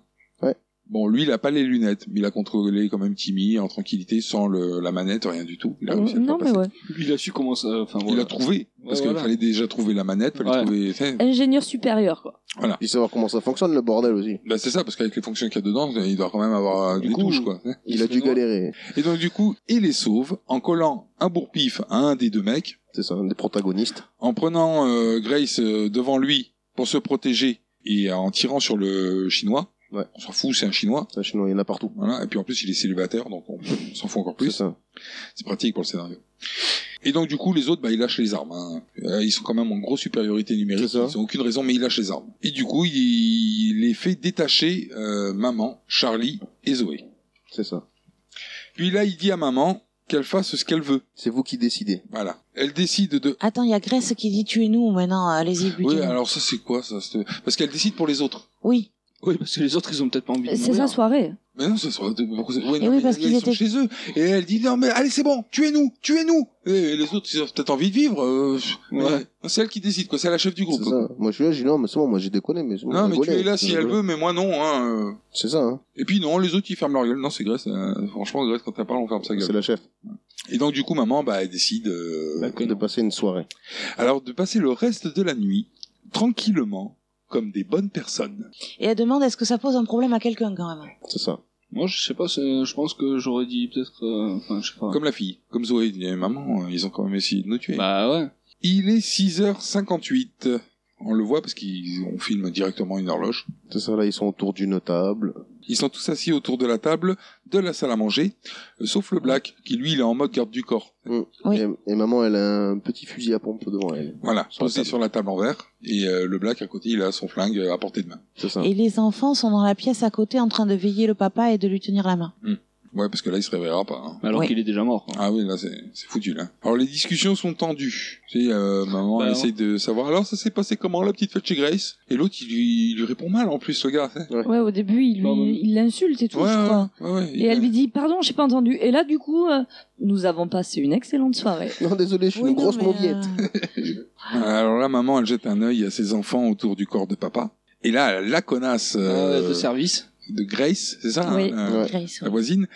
S6: Bon, lui, il a pas les lunettes, mais il a contrôlé quand même Timmy en tranquillité, sans le- la manette, rien du tout. Il a réussi à le
S7: Mm, Non,
S6: faire
S7: mais
S6: passer.
S7: ouais.
S8: Lui, il a su comment ça. Enfin,
S6: Il a trouvé. Parce qu'il
S8: voilà.
S6: fallait déjà trouver la manette, fallait trouver. c'est-
S7: Ingénieur supérieur, quoi.
S6: Voilà.
S2: Puis savoir comment ça fonctionne le bordel aussi.
S6: Bah, c'est ça, parce qu'avec les fonctions qu'il y a dedans, il doit quand même avoir euh, des touches, quoi.
S2: Il a dû galérer.
S6: Et donc, du coup, il les sauve en collant un bourre-pif à un des deux mecs.
S2: C'est ça, un des protagonistes.
S6: En prenant euh, Grace euh, devant lui pour se protéger et en tirant sur le chinois. On s'en fout, c'est un chinois.
S2: C'est un chinois, il y en a partout.
S6: Voilà. Et puis en plus, il est célibataire, donc on, on s'en fout encore plus.
S2: C'est ça.
S6: C'est pratique pour le scénario. Et donc, du coup, les autres, bah, ils lâchent les armes. hein. Euh, Ils sont quand même en grosse supériorité numérique. Ils n'ont aucune raison, mais ils lâchent les armes. Et du coup, il, il les fait détacher euh, maman, Charlie et Zoé.
S2: C'est ça.
S6: Puis là, il dit à maman qu'elle fasse ce qu'elle veut.
S2: C'est vous qui décidez.
S6: Voilà. Elle décide de...
S9: Attends, il y a Grace qui dit tuez-nous maintenant, allez-y, butez
S6: Oui, alors ça, c'est quoi ça c'est- Parce qu'elle décide pour les autres.
S9: Oui.
S6: Oui, parce que les autres, ils ont peut-être pas envie de
S7: C'est
S6: mourir.
S7: sa soirée.
S6: Mais non, ça sera... pourquoi ça- Ouais,
S7: Eh
S6: non,
S7: oui,
S6: mais
S7: parce
S6: là,
S7: qu'ils
S6: ils sont
S7: étaient-
S6: chez eux. Et elle dit, non, mais allez, c'est bon, tuez-nous, tuez-nous. Et les autres, ils ont peut-être envie de vivre. euh, mais C'est elle qui décide, quoi. C'est la chef du groupe.
S2: C'est ça. Moi je suis là, j'ai dit non, mais c'est bon, moi j'ai déconné, mais c'est bon,
S6: Non,
S2: j'ai
S6: mais tu
S2: rigolé.
S6: es là si
S2: J'ai
S6: elle
S2: rigolé.
S6: veut, mais moi non. Hein. euh.
S2: C'est ça, hein.
S6: Et puis non, les autres ils ferment leur gueule. Non, c'est Grace. euh, franchement, Grace, quand elle parle, on ferme sa gueule.
S2: C'est la chef.
S6: Et donc du coup, maman, bah, elle décide. euh,
S2: de passer une soirée.
S6: Alors de passer le reste de la nuit tranquillement, comme des bonnes personnes.
S9: Et elle demande est-ce que ça pose un problème à quelqu'un quand même
S2: C'est ça.
S8: Moi, je sais pas, c'est- je pense que j'aurais dit peut-être. euh, Enfin, je sais pas.
S6: Comme la fille, comme
S2: Bah.
S6: Zoé, elle dit, maman, euh, ils ont quand même essayé de nous tuer.
S8: Bah ouais.
S6: Il est 6h58. On le voit parce qu'on filme directement une horloge.
S2: C'est ça, là, ils sont autour d'une table.
S6: Ils sont tous assis autour de la table de la salle à manger, euh, sauf le Black, qui lui, il est en mode garde du corps.
S2: Et, et maman, elle a un petit fusil à pompe devant elle.
S6: Voilà,
S2: Sur la
S6: posé
S2: table.
S6: sur la table en verre, et euh, le Black à côté, il a son flingue euh, à portée de main.
S2: C'est ça.
S9: Et les enfants sont dans la pièce à côté en train de veiller le papa et de lui tenir la main.
S6: Ouais, parce que là, il se réveillera pas. hein.
S8: Alors Ouais. qu'il est déjà mort.
S6: Ah oui, là, c'est c'est foutu, là. Alors, les discussions sont tendues. Tu sais, euh, maman
S8: Bah,
S6: elle
S8: on-
S6: essaye de savoir, alors, ça s'est passé comment, la petite fête chez Grace Et l'autre, il lui, il lui répond mal, en plus, le gars. tu sais.
S7: Ouais, au début, il
S6: Bah,
S7: lui- il l'insulte et tout,
S6: Ouais,
S7: je crois.
S6: ouais, ouais, ouais.
S7: Et elle lui dit, pardon, j'ai pas entendu. Et là, du coup, euh, nous avons passé une excellente soirée.
S2: Non, désolé, je suis
S7: une
S2: grosse
S7: mauviette.
S9: euh,
S6: Alors là, maman, elle jette un œil à ses enfants autour du corps de papa. Et là, la connasse
S8: Ah,
S6: euh,
S8: Ouais, de service.
S6: de Grace, c'est ça,
S8: Oui,
S6: hein, euh,
S8: Grace, ouais.
S6: la voisine,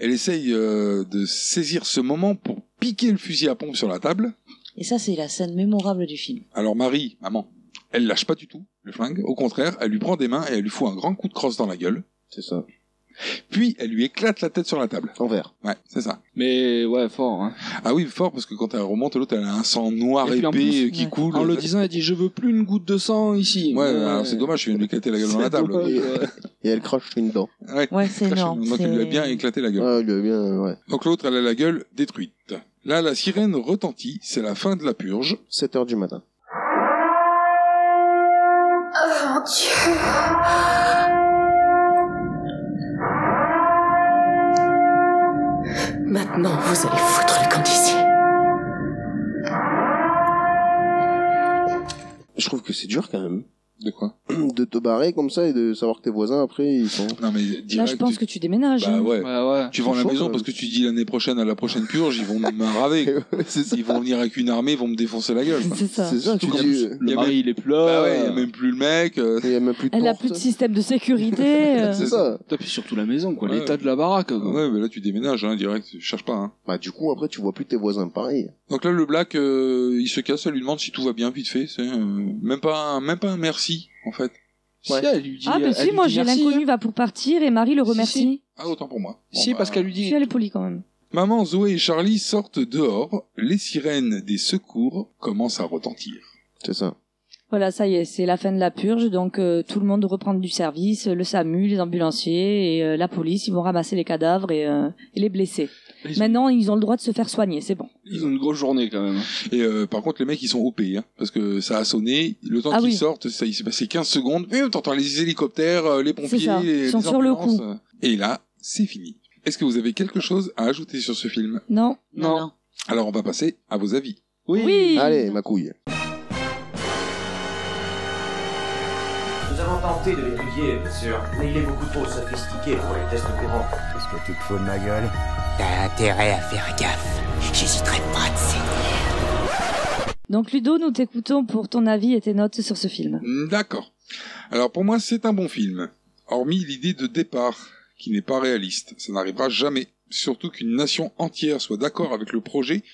S6: elle essaye euh, de saisir ce moment pour piquer le fusil à pompe sur la table.
S9: Et ça, c'est la scène mémorable du film.
S6: Alors Marie, maman, elle lâche pas du tout le flingue. Au contraire, elle lui prend des mains et elle lui fout un grand coup de crosse dans la gueule.
S2: C'est ça.
S6: Puis elle lui éclate la tête sur la table.
S2: En verre.
S6: Ouais, c'est ça.
S8: Mais ouais, fort. Hein.
S6: Ah oui, fort parce que quand elle remonte, l'autre elle a un sang noir
S8: Et puis,
S6: épais
S8: en plus,
S6: euh, qui
S8: ouais,
S6: coule.
S8: En le disant, elle dit Je veux plus une goutte de sang ici.
S6: Ouais, alors c'est dommage, je viens de lui éclater la gueule dans la
S8: C'est
S6: table.
S8: dommage,
S6: Et-
S8: ouais.
S2: Et elle crache une dent.
S6: Ouais,
S9: Ouais, c'est
S6: Crash
S9: énorme,
S6: Bandicoot,
S9: c'est-
S6: il lui a bien éclaté la gueule.
S2: Ah, il lui a bien, ouais.
S6: Donc l'autre, elle a la gueule détruite. Là, la sirène retentit, c'est la fin de la purge.
S2: 7 heures du matin.
S13: Oh mon Dieu
S14: Maintenant, vous allez foutre le camp d'ici.
S2: Je trouve que c'est dur quand même.
S6: De quoi
S2: De te barrer comme ça et de savoir que tes voisins après ils sont.
S6: Non mais
S7: Là, je pense que tu déménages.
S6: Bah
S7: hein.
S6: ouais. Tu vends la
S2: Franchement,
S6: maison
S2: euh,
S6: parce que tu dis l'année prochaine à la prochaine purge, ils vont me raver. ils vont venir avec une armée, ils vont me défoncer la gueule. quoi.
S7: C'est ça.
S2: C'est ça, tu dis.
S6: Surtout qu'en plus,
S2: euh,
S6: y a même-
S8: il est plus là.
S6: Bah ouais, il y a même plus le mec. euh,
S2: Il y a même plus de
S7: Elle a
S2: porte.
S7: plus de système de sécurité. euh.
S2: C'est ça.
S8: Et puis surtout la maison, quoi.
S6: Ouais.
S8: L'état de la baraque. quoi.
S6: Ouais, mais là tu déménages hein, direct, tu cherches pas. hein.
S2: Bah, du coup, après, tu vois plus tes voisins pareil.
S6: Donc là, le black, euh, il se casse, elle lui demande si tout va bien vite fait. C'est euh, même pas, un, même pas un merci en fait.
S8: Si, elle lui dit.
S7: Ah, mais
S8: elle
S7: si,
S8: lui
S7: moi,
S8: dit
S7: j'ai
S8: merci, hein.
S7: l'inconnu va pour partir et Marie le remercie.
S6: Ah autant pour moi.
S8: Si, parce qu'elle lui
S7: Je
S8: dit.
S7: suis allée polie quand même.
S6: Maman, Zoé et Charlie sortent dehors, les sirènes des secours commencent à retentir.
S2: C'est ça.
S7: Voilà, ça y est, c'est la fin de la purge, donc euh, tout le monde reprend du service, le SAMU, les ambulanciers et euh, la police, ils vont ramasser les cadavres et, euh, et les blessés.
S8: Ils-
S7: Maintenant, ils ont le droit de se faire soigner, c'est bon.
S8: Ils ont une grosse journée quand même.
S6: Et euh, par contre, les mecs, ils sont OP, hein, parce que ça a sonné, le temps
S7: Ah
S6: qu'ils
S7: oui.
S6: sortent, ça, il s'est passé 15 secondes, et t'entends les hélicoptères, euh, les pompiers,
S7: ça, ils
S6: les,
S7: sont
S6: les
S7: sur le
S6: ambulances,
S7: coup.
S6: euh. Et là, c'est fini. Est-ce que vous avez quelque chose à ajouter sur ce film
S7: Non
S8: Non.
S6: Alors, on va passer à vos avis.
S8: Oui.
S7: Oui.
S2: Allez, ma couille.
S15: Nous avons tenté de l'étudier, bien sûr, mais il est beaucoup trop sophistiqué pour les tests courants. Qu'est-ce que tu te fous de ma gueule
S16: T'as intérêt à faire gaffe. J'hésiterai pas de saigner.
S7: Donc Ludo, nous t'écoutons pour ton avis et tes notes sur ce film.
S6: Mm, D'accord. Alors pour moi, c'est un bon film. Hormis l'idée de départ, qui n'est pas réaliste. Ça n'arrivera jamais. Surtout qu'une nation entière soit d'accord avec le projet,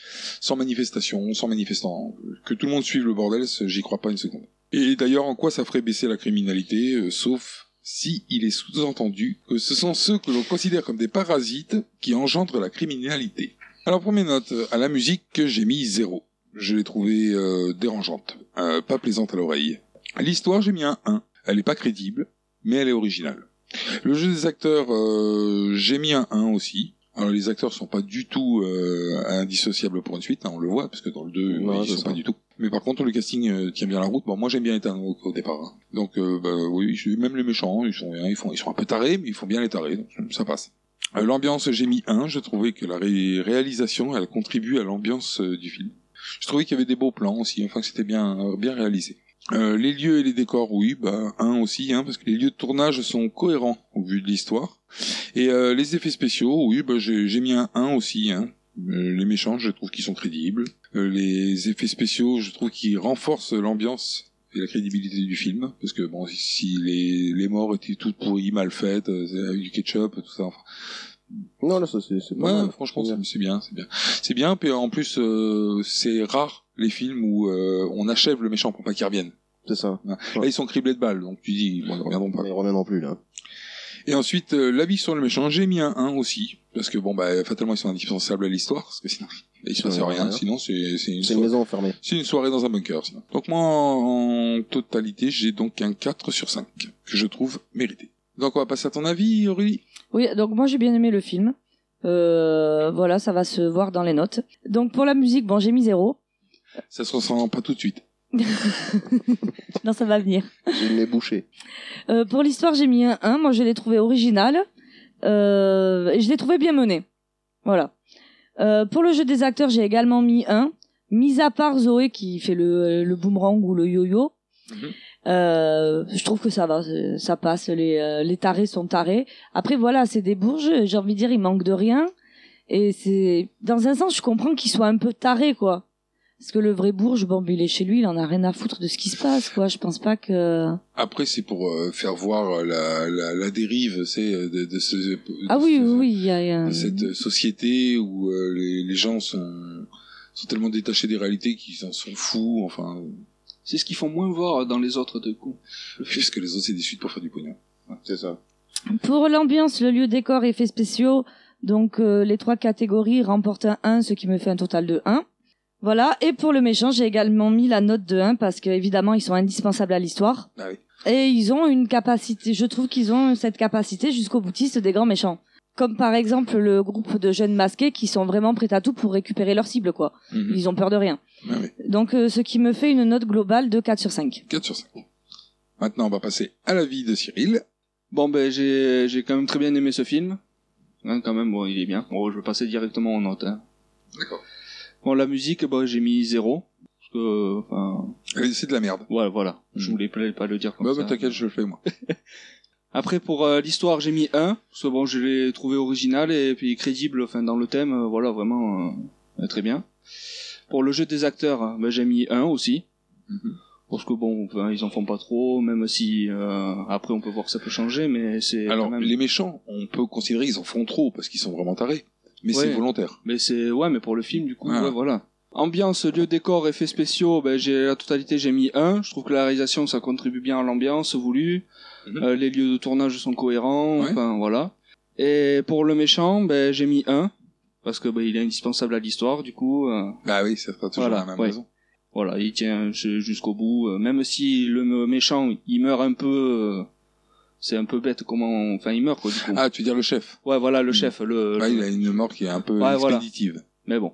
S6: sans manifestation, sans manifestant. Que tout le monde suive le bordel, ce- j'y crois pas une seconde. Et d'ailleurs, en quoi ça ferait baisser la criminalité, euh, sauf si il est sous-entendu que ce sont ceux que l'on considère comme des parasites qui engendrent la criminalité. Alors, première note, euh, à la musique que j'ai mis zéro. Je l'ai trouvée euh, dérangeante, euh, pas plaisante à l'oreille. L'histoire, j'ai mis un 1. Elle est pas crédible, mais elle est originale. Le jeu des acteurs, euh, j'ai mis un 1 aussi. Alors les acteurs sont pas du tout euh, indissociables pour une suite, hein, on le voit, parce que dans le 2,
S2: Ouais,
S6: ils
S2: c'est
S6: sont
S2: ça.
S6: pas du tout. Mais par contre, le casting euh, tient bien la route. Bon, moi j'aime bien Ethan Hawke au départ. hein. Donc euh, bah, oui, je- même les méchants, ils sont bien, ils, font, ils sont un peu tarés, mais ils font bien les tarés, donc ça passe. Euh, l'ambiance, j'ai mis 1. Je trouvais que la ré- réalisation, elle contribue à l'ambiance euh, du film. Je trouvais qu'il y avait des beaux plans aussi, enfin que c'était bien, euh, bien réalisé. Euh, les lieux et les décors, oui, bah un aussi, hein, parce que les lieux de tournage sont cohérents au vu de l'histoire. Et euh, les effets spéciaux, oui, bah j'ai j'ai mis un 1 aussi. Hein. Euh, les méchants, je trouve qu'ils sont crédibles. Euh, les effets spéciaux, je trouve qu'ils renforcent l'ambiance et la crédibilité du film, parce que bon, si les, les morts étaient toutes pourries, mal faites, euh, avec du ketchup, tout ça, enfin,
S2: Non, là, ça, c'est c'est pas
S6: Ouais,
S2: mal.
S6: franchement, c'est c'est bien, c'est bien. C'est bien, puis en plus, euh, c'est rare les films où euh, on achève le méchant pour pas qu'il revienne.
S2: C'est ça.
S6: Là, ils sont criblés de balles, donc tu dis, bon, ils reviendront pas.
S2: Ils reviendront plus, là.
S6: Et ensuite, euh, l'avis sur le méchant, j'ai mis un 1 aussi. Parce que bon, bah, fatalement, ils sont indispensables à l'histoire. Parce que sinon, il se passe
S2: Ouais,
S6: rien.
S2: ouais.
S6: Sinon, c'est c'est
S2: C'est
S6: une,
S2: une
S6: soirée-
S2: maison enfermée.
S6: c'est une soirée dans un bunker. Sinon. Donc moi, en en totalité, j'ai donc un 4 sur 5. Que je trouve mérité. Donc on va passer à ton avis, Aurélie.
S7: Oui, donc moi j'ai bien aimé le film. Euh, voilà, ça va se voir dans les notes. Donc pour la musique, bon, j'ai mis zéro.
S6: Ça se ressent pas tout de suite.
S7: Non, ça va venir.
S2: J'ai le nez bouché.
S7: Euh, pour l'histoire, j'ai mis un 1. Moi, je l'ai trouvé original. Euh, et je l'ai trouvé bien mené. Voilà. Euh, pour le jeu des acteurs, j'ai également mis 1. Mis à part Zoé qui fait le, le boomerang ou le yo-yo. Euh, je trouve que ça va, c'est- ça passe. Les, euh, les tarés sont tarés. Après, voilà, c'est des bourges. J'ai envie de dire, il manque de rien. Et c'est, dans un sens, je comprends qu'il soit un peu taré, quoi. Parce que le vrai bourge, bon, il est chez lui, il en a rien à foutre de ce qui se passe, quoi. Je pense pas que.
S6: Après, c'est pour euh, faire voir euh, la, la, la dérive, c'est euh, de, de ce, de
S7: Ah oui, oui, oui, il y a. euh, il y
S8: Mhm.
S7: a-
S6: cette euh, société où euh, les, les gens sont, sont tellement détachés des réalités qu'ils s'en sont fous. Enfin,
S8: C'est ce qu'ils font moins voir dans les autres deux coups.
S6: puisque les autres c'est des suites pour faire du pognon.
S2: C'est ça.
S7: Pour l'ambiance, le lieu, décor, effets spéciaux, donc euh, les trois catégories remportent un 1, ce qui me fait un total de 1. Voilà, et pour le méchant, j'ai également mis la note de 1 parce que évidemment, ils sont indispensables à l'histoire.
S6: Ah oui.
S7: Et ils ont une capacité, je trouve qu'ils ont cette capacité jusqu'au boutiste des grands méchants. Comme par exemple le groupe de jeunes masqués qui sont vraiment prêts à tout pour récupérer leur cible, quoi.
S6: Mhm.
S7: Ils ont peur de rien.
S6: Ah oui.
S7: Donc, euh, ce qui me fait une note globale de 4 sur 5.
S6: 4 sur 5. Maintenant, on va passer à la vie de Cyril.
S8: Bon, ben, j'ai, j'ai quand même très bien aimé ce film. Hein, quand même, bon, il est bien. Bon, je vais passer directement aux notes. hein.
S6: D'accord.
S8: Bon, la musique, bah, j'ai mis zéro. Parce que, enfin.
S6: C'est de la merde.
S8: Voilà, voilà. Je voulais pas pas le dire comme
S6: Bah,
S8: ça.
S6: Hmm. bah, t'inquiète, je le fais, moi.
S8: Après, pour euh, l'histoire, j'ai mis 1, parce que bon, je l'ai trouvé original et puis crédible, enfin, dans le thème, euh, voilà, vraiment euh, euh, très bien. Pour le jeu des acteurs, euh, ben, j'ai mis 1 aussi,
S6: Mhm.
S8: parce que bon, enfin, ils en font pas trop, même si euh, après on peut voir que ça peut changer, mais c'est.
S6: Alors,
S8: quand même-
S6: les méchants, on peut considérer qu'ils en font trop parce qu'ils sont vraiment tarés. Mais
S8: Ouais.
S6: c'est volontaire.
S8: Mais c'est ouais, mais pour le film du coup,
S6: Ah.
S8: ouais, voilà. Ambiance, lieu, décor, effets spéciaux, ben j'ai la totalité, j'ai mis 1. Je trouve que la réalisation ça contribue bien à l'ambiance voulue. Euh, les lieux de tournage sont cohérents, enfin voilà. Et pour le méchant, ben j'ai mis 1 parce que ben, il est indispensable à l'histoire du coup. euh,
S6: Bah oui, ça fera toujours la même raison.
S8: Voilà, il tient ju- jusqu'au bout, euh, même si le mé- méchant il meurt un peu. euh, c'est un peu bête comment, on- enfin il meurt quoi du coup.
S6: Ah, tu veux dire le chef
S8: Ouais, voilà le chef, le.
S6: Bah,
S8: le-
S6: il a une mort qui est un peu
S8: Ouais, voilà.
S6: expéditive.
S8: Mais bon.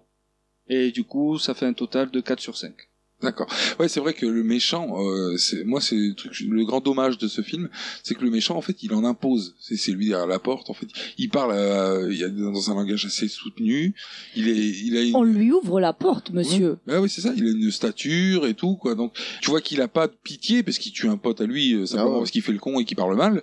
S8: Et du coup, ça fait un total de 4 sur 5.
S6: D'accord. Ouais, c'est vrai que le méchant, euh, c'est moi, c'est le truc, le grand dommage de ce film, c'est que le méchant, en fait, il en impose. C'est, c'est lui derrière la porte, en fait. Il parle, euh, il y a dans un langage assez soutenu. Il est, il a. Une...
S7: On lui ouvre la porte, monsieur.
S6: Ah oui, c'est ça. Il a une stature et tout, quoi. Donc, tu vois qu'il a pas de pitié parce qu'il tue un pote à lui euh,
S2: Ah
S6: simplement parce qu'il fait le con et qu'il parle mal.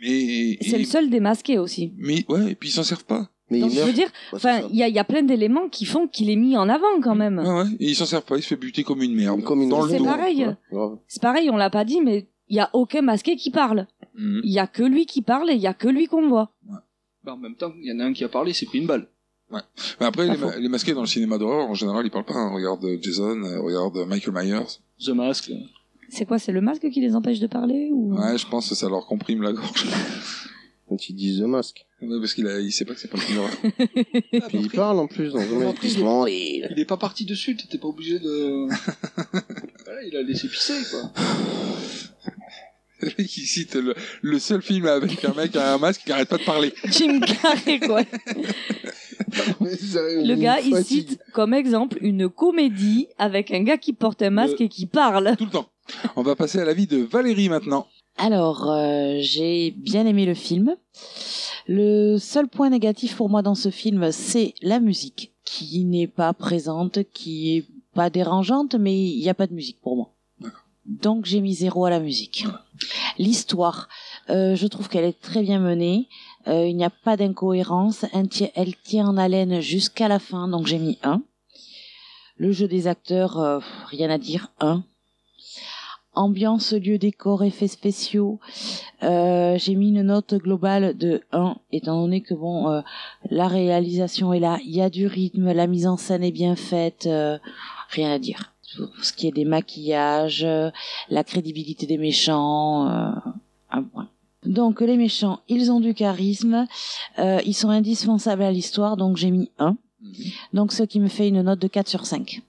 S6: Mais
S7: C'est le seul démasqué aussi.
S6: Mais ouais, et puis ils s'en servent pas. Mais
S7: Donc je veux dire, enfin, il y a, il y a plein d'éléments qui font qu'il est mis en avant quand même.
S6: Et ils s'en servent pas. Ils se fait buter comme une merde.
S2: Comme une
S6: dans le
S7: C'est
S6: dos.
S7: pareil. C'est pareil, on l'a pas dit, mais il y a aucun masqué qui parle.
S6: Mhm.
S7: Il y a que lui qui parle et il y a que lui qu'on voit.
S8: Bah, en même temps, il y en a un qui a parlé, il s'est pris une balle.
S6: Ouais. Mais après, les, ma- les masqués dans le cinéma d'horreur, en général, ils parlent pas. hein. Regarde euh, Jason, euh, regarde euh, Michael Myers.
S8: The Mask.
S7: C'est quoi C'est le masque qui les empêche de parler ou
S6: Ouais, je pense que ça leur comprime la gorge.
S2: Quand ils disent The Mask.
S6: Ouais, parce qu'il a, il sait pas que c'est pas le film d'horreur.
S7: Ah,
S2: Puis il parle en plus dans The Mask. Il se vend, il-
S8: Il est pas parti dessus, t'étais pas obligé de. voilà, il a laissé pisser, quoi.
S6: Le mec, il cite le, le seul film avec un mec à un masque qui arrête pas de parler.
S7: Jim Carrey, quoi. Le gars, il cite comme exemple une comédie avec un gars qui porte un masque et qui parle.
S6: Tout le temps. On va passer à la vie de Valérie maintenant.
S9: Alors, euh, j'ai bien aimé le film. Le seul point négatif pour moi dans ce film, c'est la musique, qui n'est pas présente, qui est pas dérangeante, mais il n'y a pas de musique pour moi. Donc j'ai mis zéro à la musique. L'histoire, euh, je trouve qu'elle est très bien menée. Euh, il n'y a pas d'incohérence. Un ti- Elle tient en haleine jusqu'à la fin, donc j'ai mis un. Le jeu des acteurs, euh, pff, rien à dire, un ambiance, lieu, décor, effets spéciaux. Euh, j'ai mis une note globale de 1, étant donné que bon, euh, la réalisation est là, il y a du rythme, la mise en scène est bien faite, euh, rien à dire. Pour ce qui est des maquillages, euh, la crédibilité des méchants, euh, un point. Donc les méchants, ils ont du charisme, euh, ils sont indispensables à l'histoire, donc j'ai mis 1. Donc ce qui me fait une note de 4 sur 5.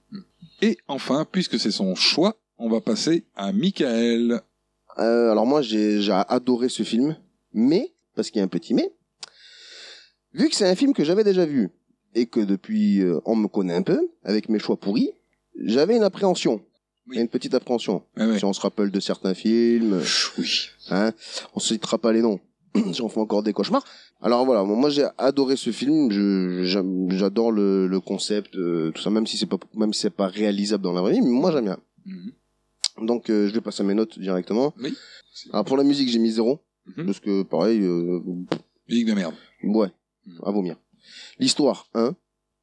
S6: Et enfin, puisque c'est son choix, on va passer à Michael.
S2: Euh, alors moi j'ai j'ai adoré ce film, mais parce qu'il y a un petit mais, vu que c'est un film que j'avais déjà vu et que depuis euh, on me connaît un peu avec mes choix pourris, j'avais une appréhension, une petite appréhension. Si on se rappelle de certains films, hein, on se citera pas les noms. si on fait encore des cauchemars. Alors voilà, moi j'ai adoré ce film, je- j'aime- j'adore le, le concept, euh, tout ça, même si c'est pas même si c'est pas réalisable dans la vraie vie, mais moi j'aime bien. Donc euh, je vais passer à mes notes directement.
S6: Oui.
S2: Alors pour la musique, j'ai mis zéro. Parce que pareil. euh,
S6: musique de merde.
S2: Ouais. À vomir. L'histoire, 1.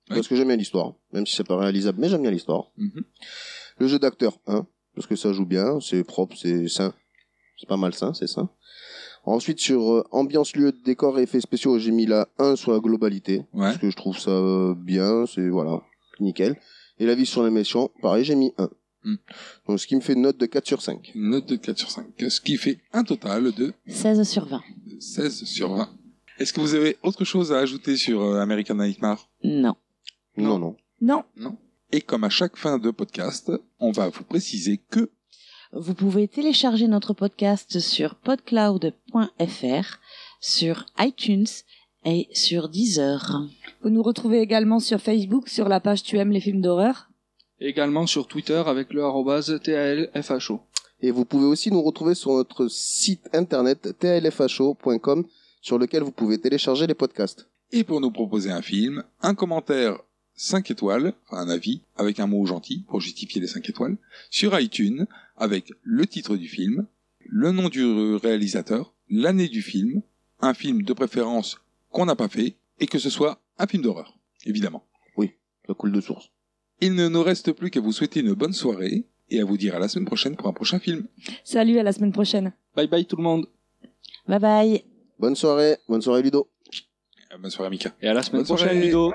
S2: Parce que j'aime bien l'histoire. Même si c'est pas réalisable, mais j'aime bien l'histoire. Le jeu d'acteur, 1. Parce que ça joue bien, c'est propre, c'est sain. C'est pas mal sain, c'est sain. Ensuite, sur euh, ambiance, lieu, décor et effets spéciaux, j'ai mis la 1 sur la globalité. Parce que je trouve ça euh, bien, c'est voilà, nickel. Et la vie sur les méchants, pareil, j'ai mis 1. Donc, ce qui me fait une note de 4 sur 5.
S6: Une note de 4 sur 5. Ce qui fait un total de
S9: 16 sur 20.
S6: 16 sur 20. Est-ce que vous avez autre chose à ajouter sur euh, American Nightmare
S9: Non.
S2: Non, non.
S9: Non.
S6: Non. Et comme à chaque fin de podcast, on va vous préciser que
S9: Vous pouvez télécharger notre podcast sur podcloud.fr, sur iTunes et sur Deezer.
S7: Vous nous retrouvez également sur Facebook, sur la page Tu aimes les films d'horreur.
S8: Également sur Twitter avec le arrobase TALFHO.
S2: Et vous pouvez aussi nous retrouver sur notre site internet tlfho.com sur lequel vous pouvez télécharger les podcasts.
S6: et pour nous proposer un film, un commentaire 5 étoiles, enfin un avis, avec un mot gentil pour justifier les 5 étoiles, sur iTunes, avec le titre du film, le nom du réalisateur, l'année du film, un film de préférence qu'on n'a pas fait, et que ce soit un film d'horreur, évidemment.
S2: Oui, ça coule de source.
S6: Il ne nous reste plus qu'à vous souhaiter une bonne soirée, et à vous dire à la semaine prochaine pour un prochain film.
S7: Salut, à la semaine prochaine.
S6: Bye bye tout le monde.
S9: Bye bye.
S2: Bonne soirée, bonne soirée Ludo.
S6: Bonne soirée Mika.
S8: Et à la semaine
S6: Bonne
S8: prochaine,
S6: soirée.
S8: Ludo.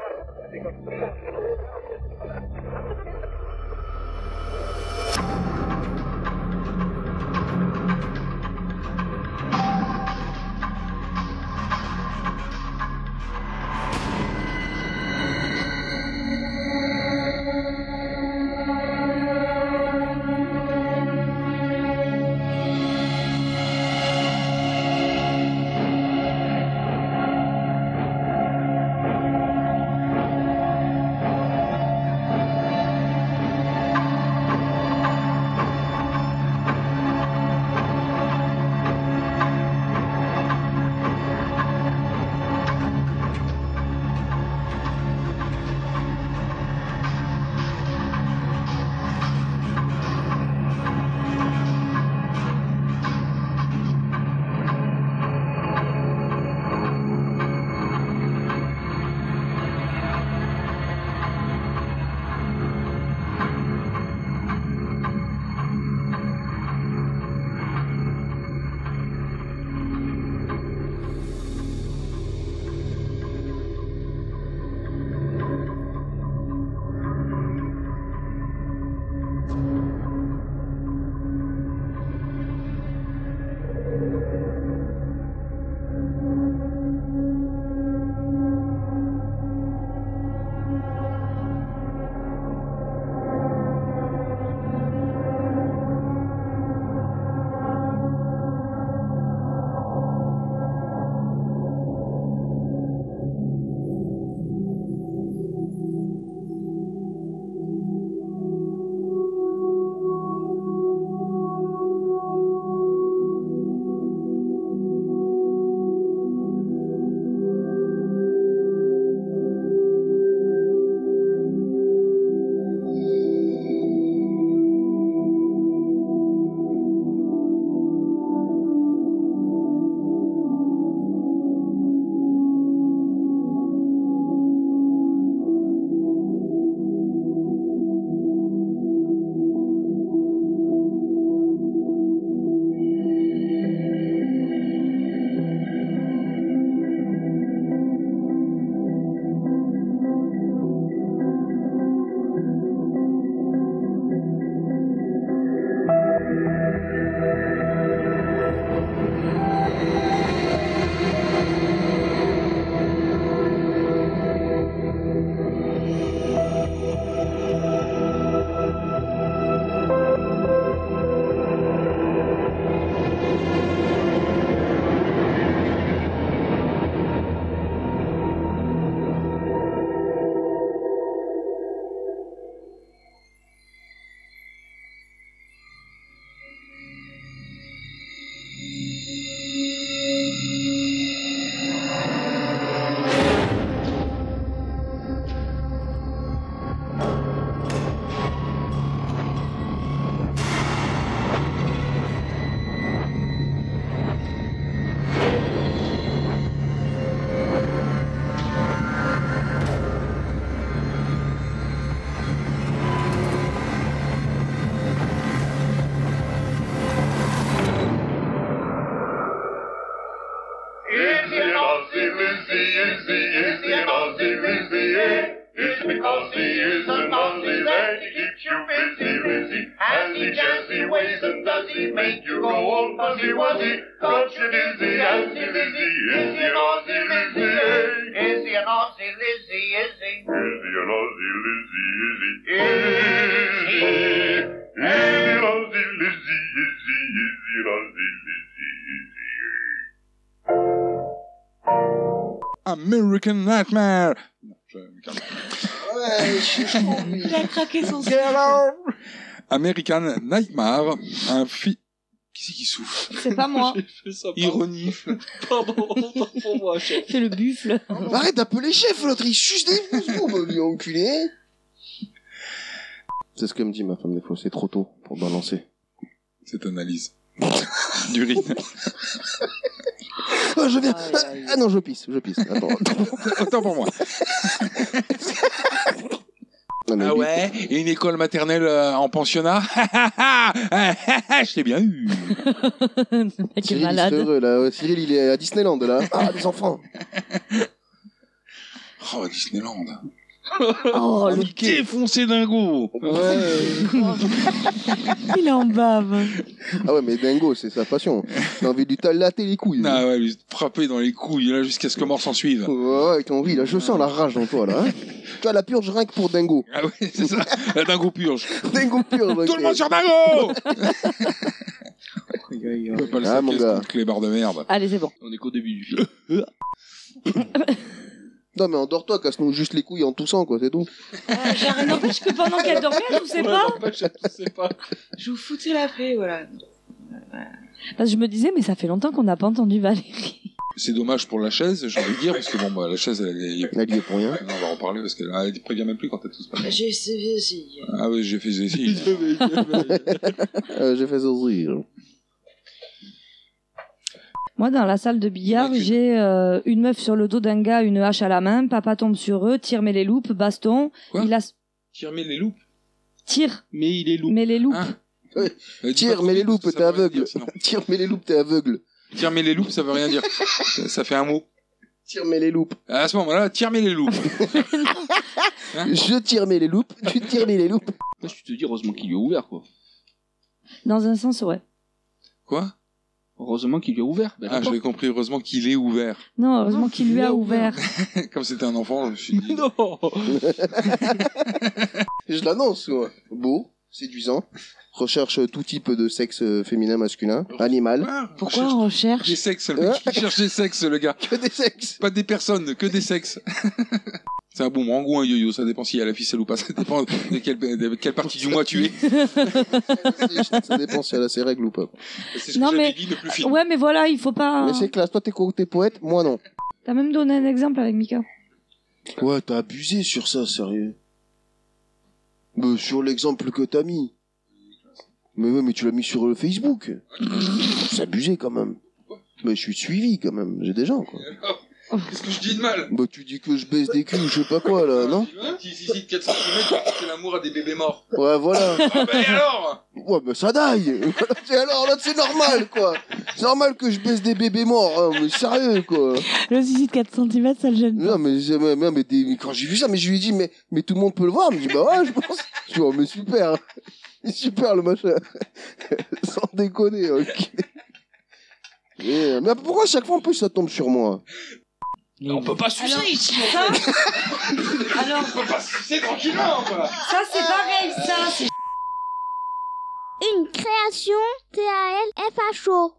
S17: Easy, lousy, loosey, easy, easy, lousy, loosey, eh? It's because he is a lousy that he keeps you busy, busy. And he jazzy ways and does he make you go all fuzzy wuzzy? Got you dizzy, and he dizzy, easy, lousy, loosey, eh? Easy, lousy, loosey, easy. Easy, lousy, loosey, easy. Easy, easy, lousy, loosey, easy, easy, lousy, loosey, easy.
S6: American Nightmare. Non, je me calme.
S9: Il a craqué son
S6: American Nightmare, un film. Qui c'est qui souffle
S7: C'est pas moi.
S6: Ironie.
S8: pour moi, chef.
S7: C'est le buffle.
S2: Mmh. Arrête d'appeler chef, l'autre, il suce des bousons, lui, enculé. C'est ce que me dit ma femme des fois, c'est trop tôt pour balancer.
S6: Cette analyse. D'urine.
S2: Ah, je viens. Ah, ah non, je pisse, je pisse. Attends.
S6: Autant pour moi. Ah ouais Et une école maternelle euh, en pensionnat Je t'ai bien eu.
S7: Quel
S2: Cyril, il serait heureux, là. Ouais, Cyril, il est à Disneyland, là. Ah, les enfants.
S6: Oh, Disneyland.
S7: Oh,
S6: le défoncé dingo.
S7: Il en bave.
S2: Ah ouais, mais dingo, c'est sa passion. T'as envie de lui talater les couilles.
S6: Ah ouais, lui frapper dans les couilles, là, jusqu'à ce que mort s'en suive.
S2: Ouais, avec ton riz, là, je sens la rage en toi, là. hein. Tu as la purge rien que pour dingo.
S6: Ah ouais, c'est ça. La dingo purge.
S2: Dingo purge.
S6: Tout le monde sur dingo On peut pas le
S2: Ah, mon
S6: sarcasme,
S2: gars.
S6: clébard de merde.
S7: Allez, c'est bon.
S8: On est qu'au début du film.
S2: Non, mais endors-toi, casse-nous juste les couilles en toussant, quoi, c'est tout.
S7: Euh, J'arrête. N'empêche que pendant qu'elle dormait, elle toussait pas.
S9: Je vous foutais la paix, voilà.
S7: Parce que je me disais, mais ça fait longtemps qu'on n'a pas entendu Valérie.
S6: C'est dommage pour la chaise, j'ai envie de dire, parce que bon, bah, la chaise, elle, elle,
S2: est pour rien.
S6: on va en parler parce qu'elle elle prévient même plus quand elle tousse pas.
S9: J'ai essayé aussi.
S6: Ah oui, j'ai fait j'ai essayé.
S2: Euh, J'ai fait ce rire.
S7: Moi, dans la salle de billard, j'ai euh, une meuf sur le dos d'un gars, une hache à la main, papa tombe sur eux, tire mais les loupes, baston. il a...
S8: Qui remet les loupes
S7: Tire
S8: Mais il est loup.
S7: mais les loupes.
S2: Tire, mais les loupes, t'es aveugle. Tire, mais les loupes, t'es aveugle.
S6: Tire mais les loupes, ça veut rien dire. ça, ça fait un mot.
S2: Tire mais les loupes.
S6: À ce moment-là, tire mais les loupes.
S2: Je tire mais les loupes, tu tires mais les loupes.
S8: Moi, je te dis, heureusement qu'il lui a ouvert, quoi.
S7: Dans un sens, ouais.
S6: Quoi
S8: Heureusement qu'il lui a ouvert.
S6: Ah, j'avais compris, heureusement qu'il est ouvert.
S7: Non, heureusement qu'il lui a ouvert.
S6: Comme c'était un enfant, je me suis dit.
S8: non
S2: Je l'annonce, moi. Beau, séduisant, recherche tout type de sexe euh, féminin, masculin,
S6: Ah,
S2: animal.
S9: Pourquoi on recherche
S6: Des sexes, le mec. Il cherche des sexes, le gars.
S2: Que des sexes.
S6: Pas des personnes, que des sexes. C'est un boomerang ou un yo-yo, ça dépend s'il y a la ficelle ou pas, ça dépend de quelle, de quelle partie du mois tu es.
S2: Ça dépend si elle a ses règles ou pas.
S6: C'est ce
S7: Non,
S6: que j'avais
S7: mais-
S6: dit le plus fin.
S7: Ouais, mais voilà, il faut pas. hein.
S2: Mais c'est classe, toi t'es co- t'es poète, moi non.
S7: T'as même donné un exemple avec Mika.
S2: Ouais, t'as abusé sur ça, sérieux. Mais sur l'exemple que t'as mis. Mais ouais, mais tu l'as mis sur le Facebook. C'est abusé quand même. Mais je suis suivi quand même, j'ai des gens quoi.
S6: Qu'est-ce que je dis de mal
S2: Bah tu dis que je baisse des culs, je sais pas quoi là, Euh, non
S6: Si, si, si, 4 cm, c'est l'amour à des bébés morts.
S2: Ouais, voilà.
S6: Ah, bah, et alors
S2: Ouais, mais ça daille. Et alors là, c'est normal quoi. C'est normal que je baisse des bébés morts, hein, mais sérieux quoi.
S18: Le suicide 4 cm, ça le gêne.
S2: Non mais, c'est- mais, mais, mais des- mais quand j'ai vu ça, mais je lui ai dit mais mais tout le monde peut le voir, Il me dit bah ouais je pense. Je dis oh, mais super, Il est super le machin, sans déconner. ok. Et, euh, mais pourquoi à chaque fois en plus ça tombe sur moi
S8: On peut pas sucer ici
S7: Alors,
S6: On peut pas sucer tranquillement, quoi
S7: ça c'est pareil, ça c'est
S19: Une création T-A-L-F-H-O.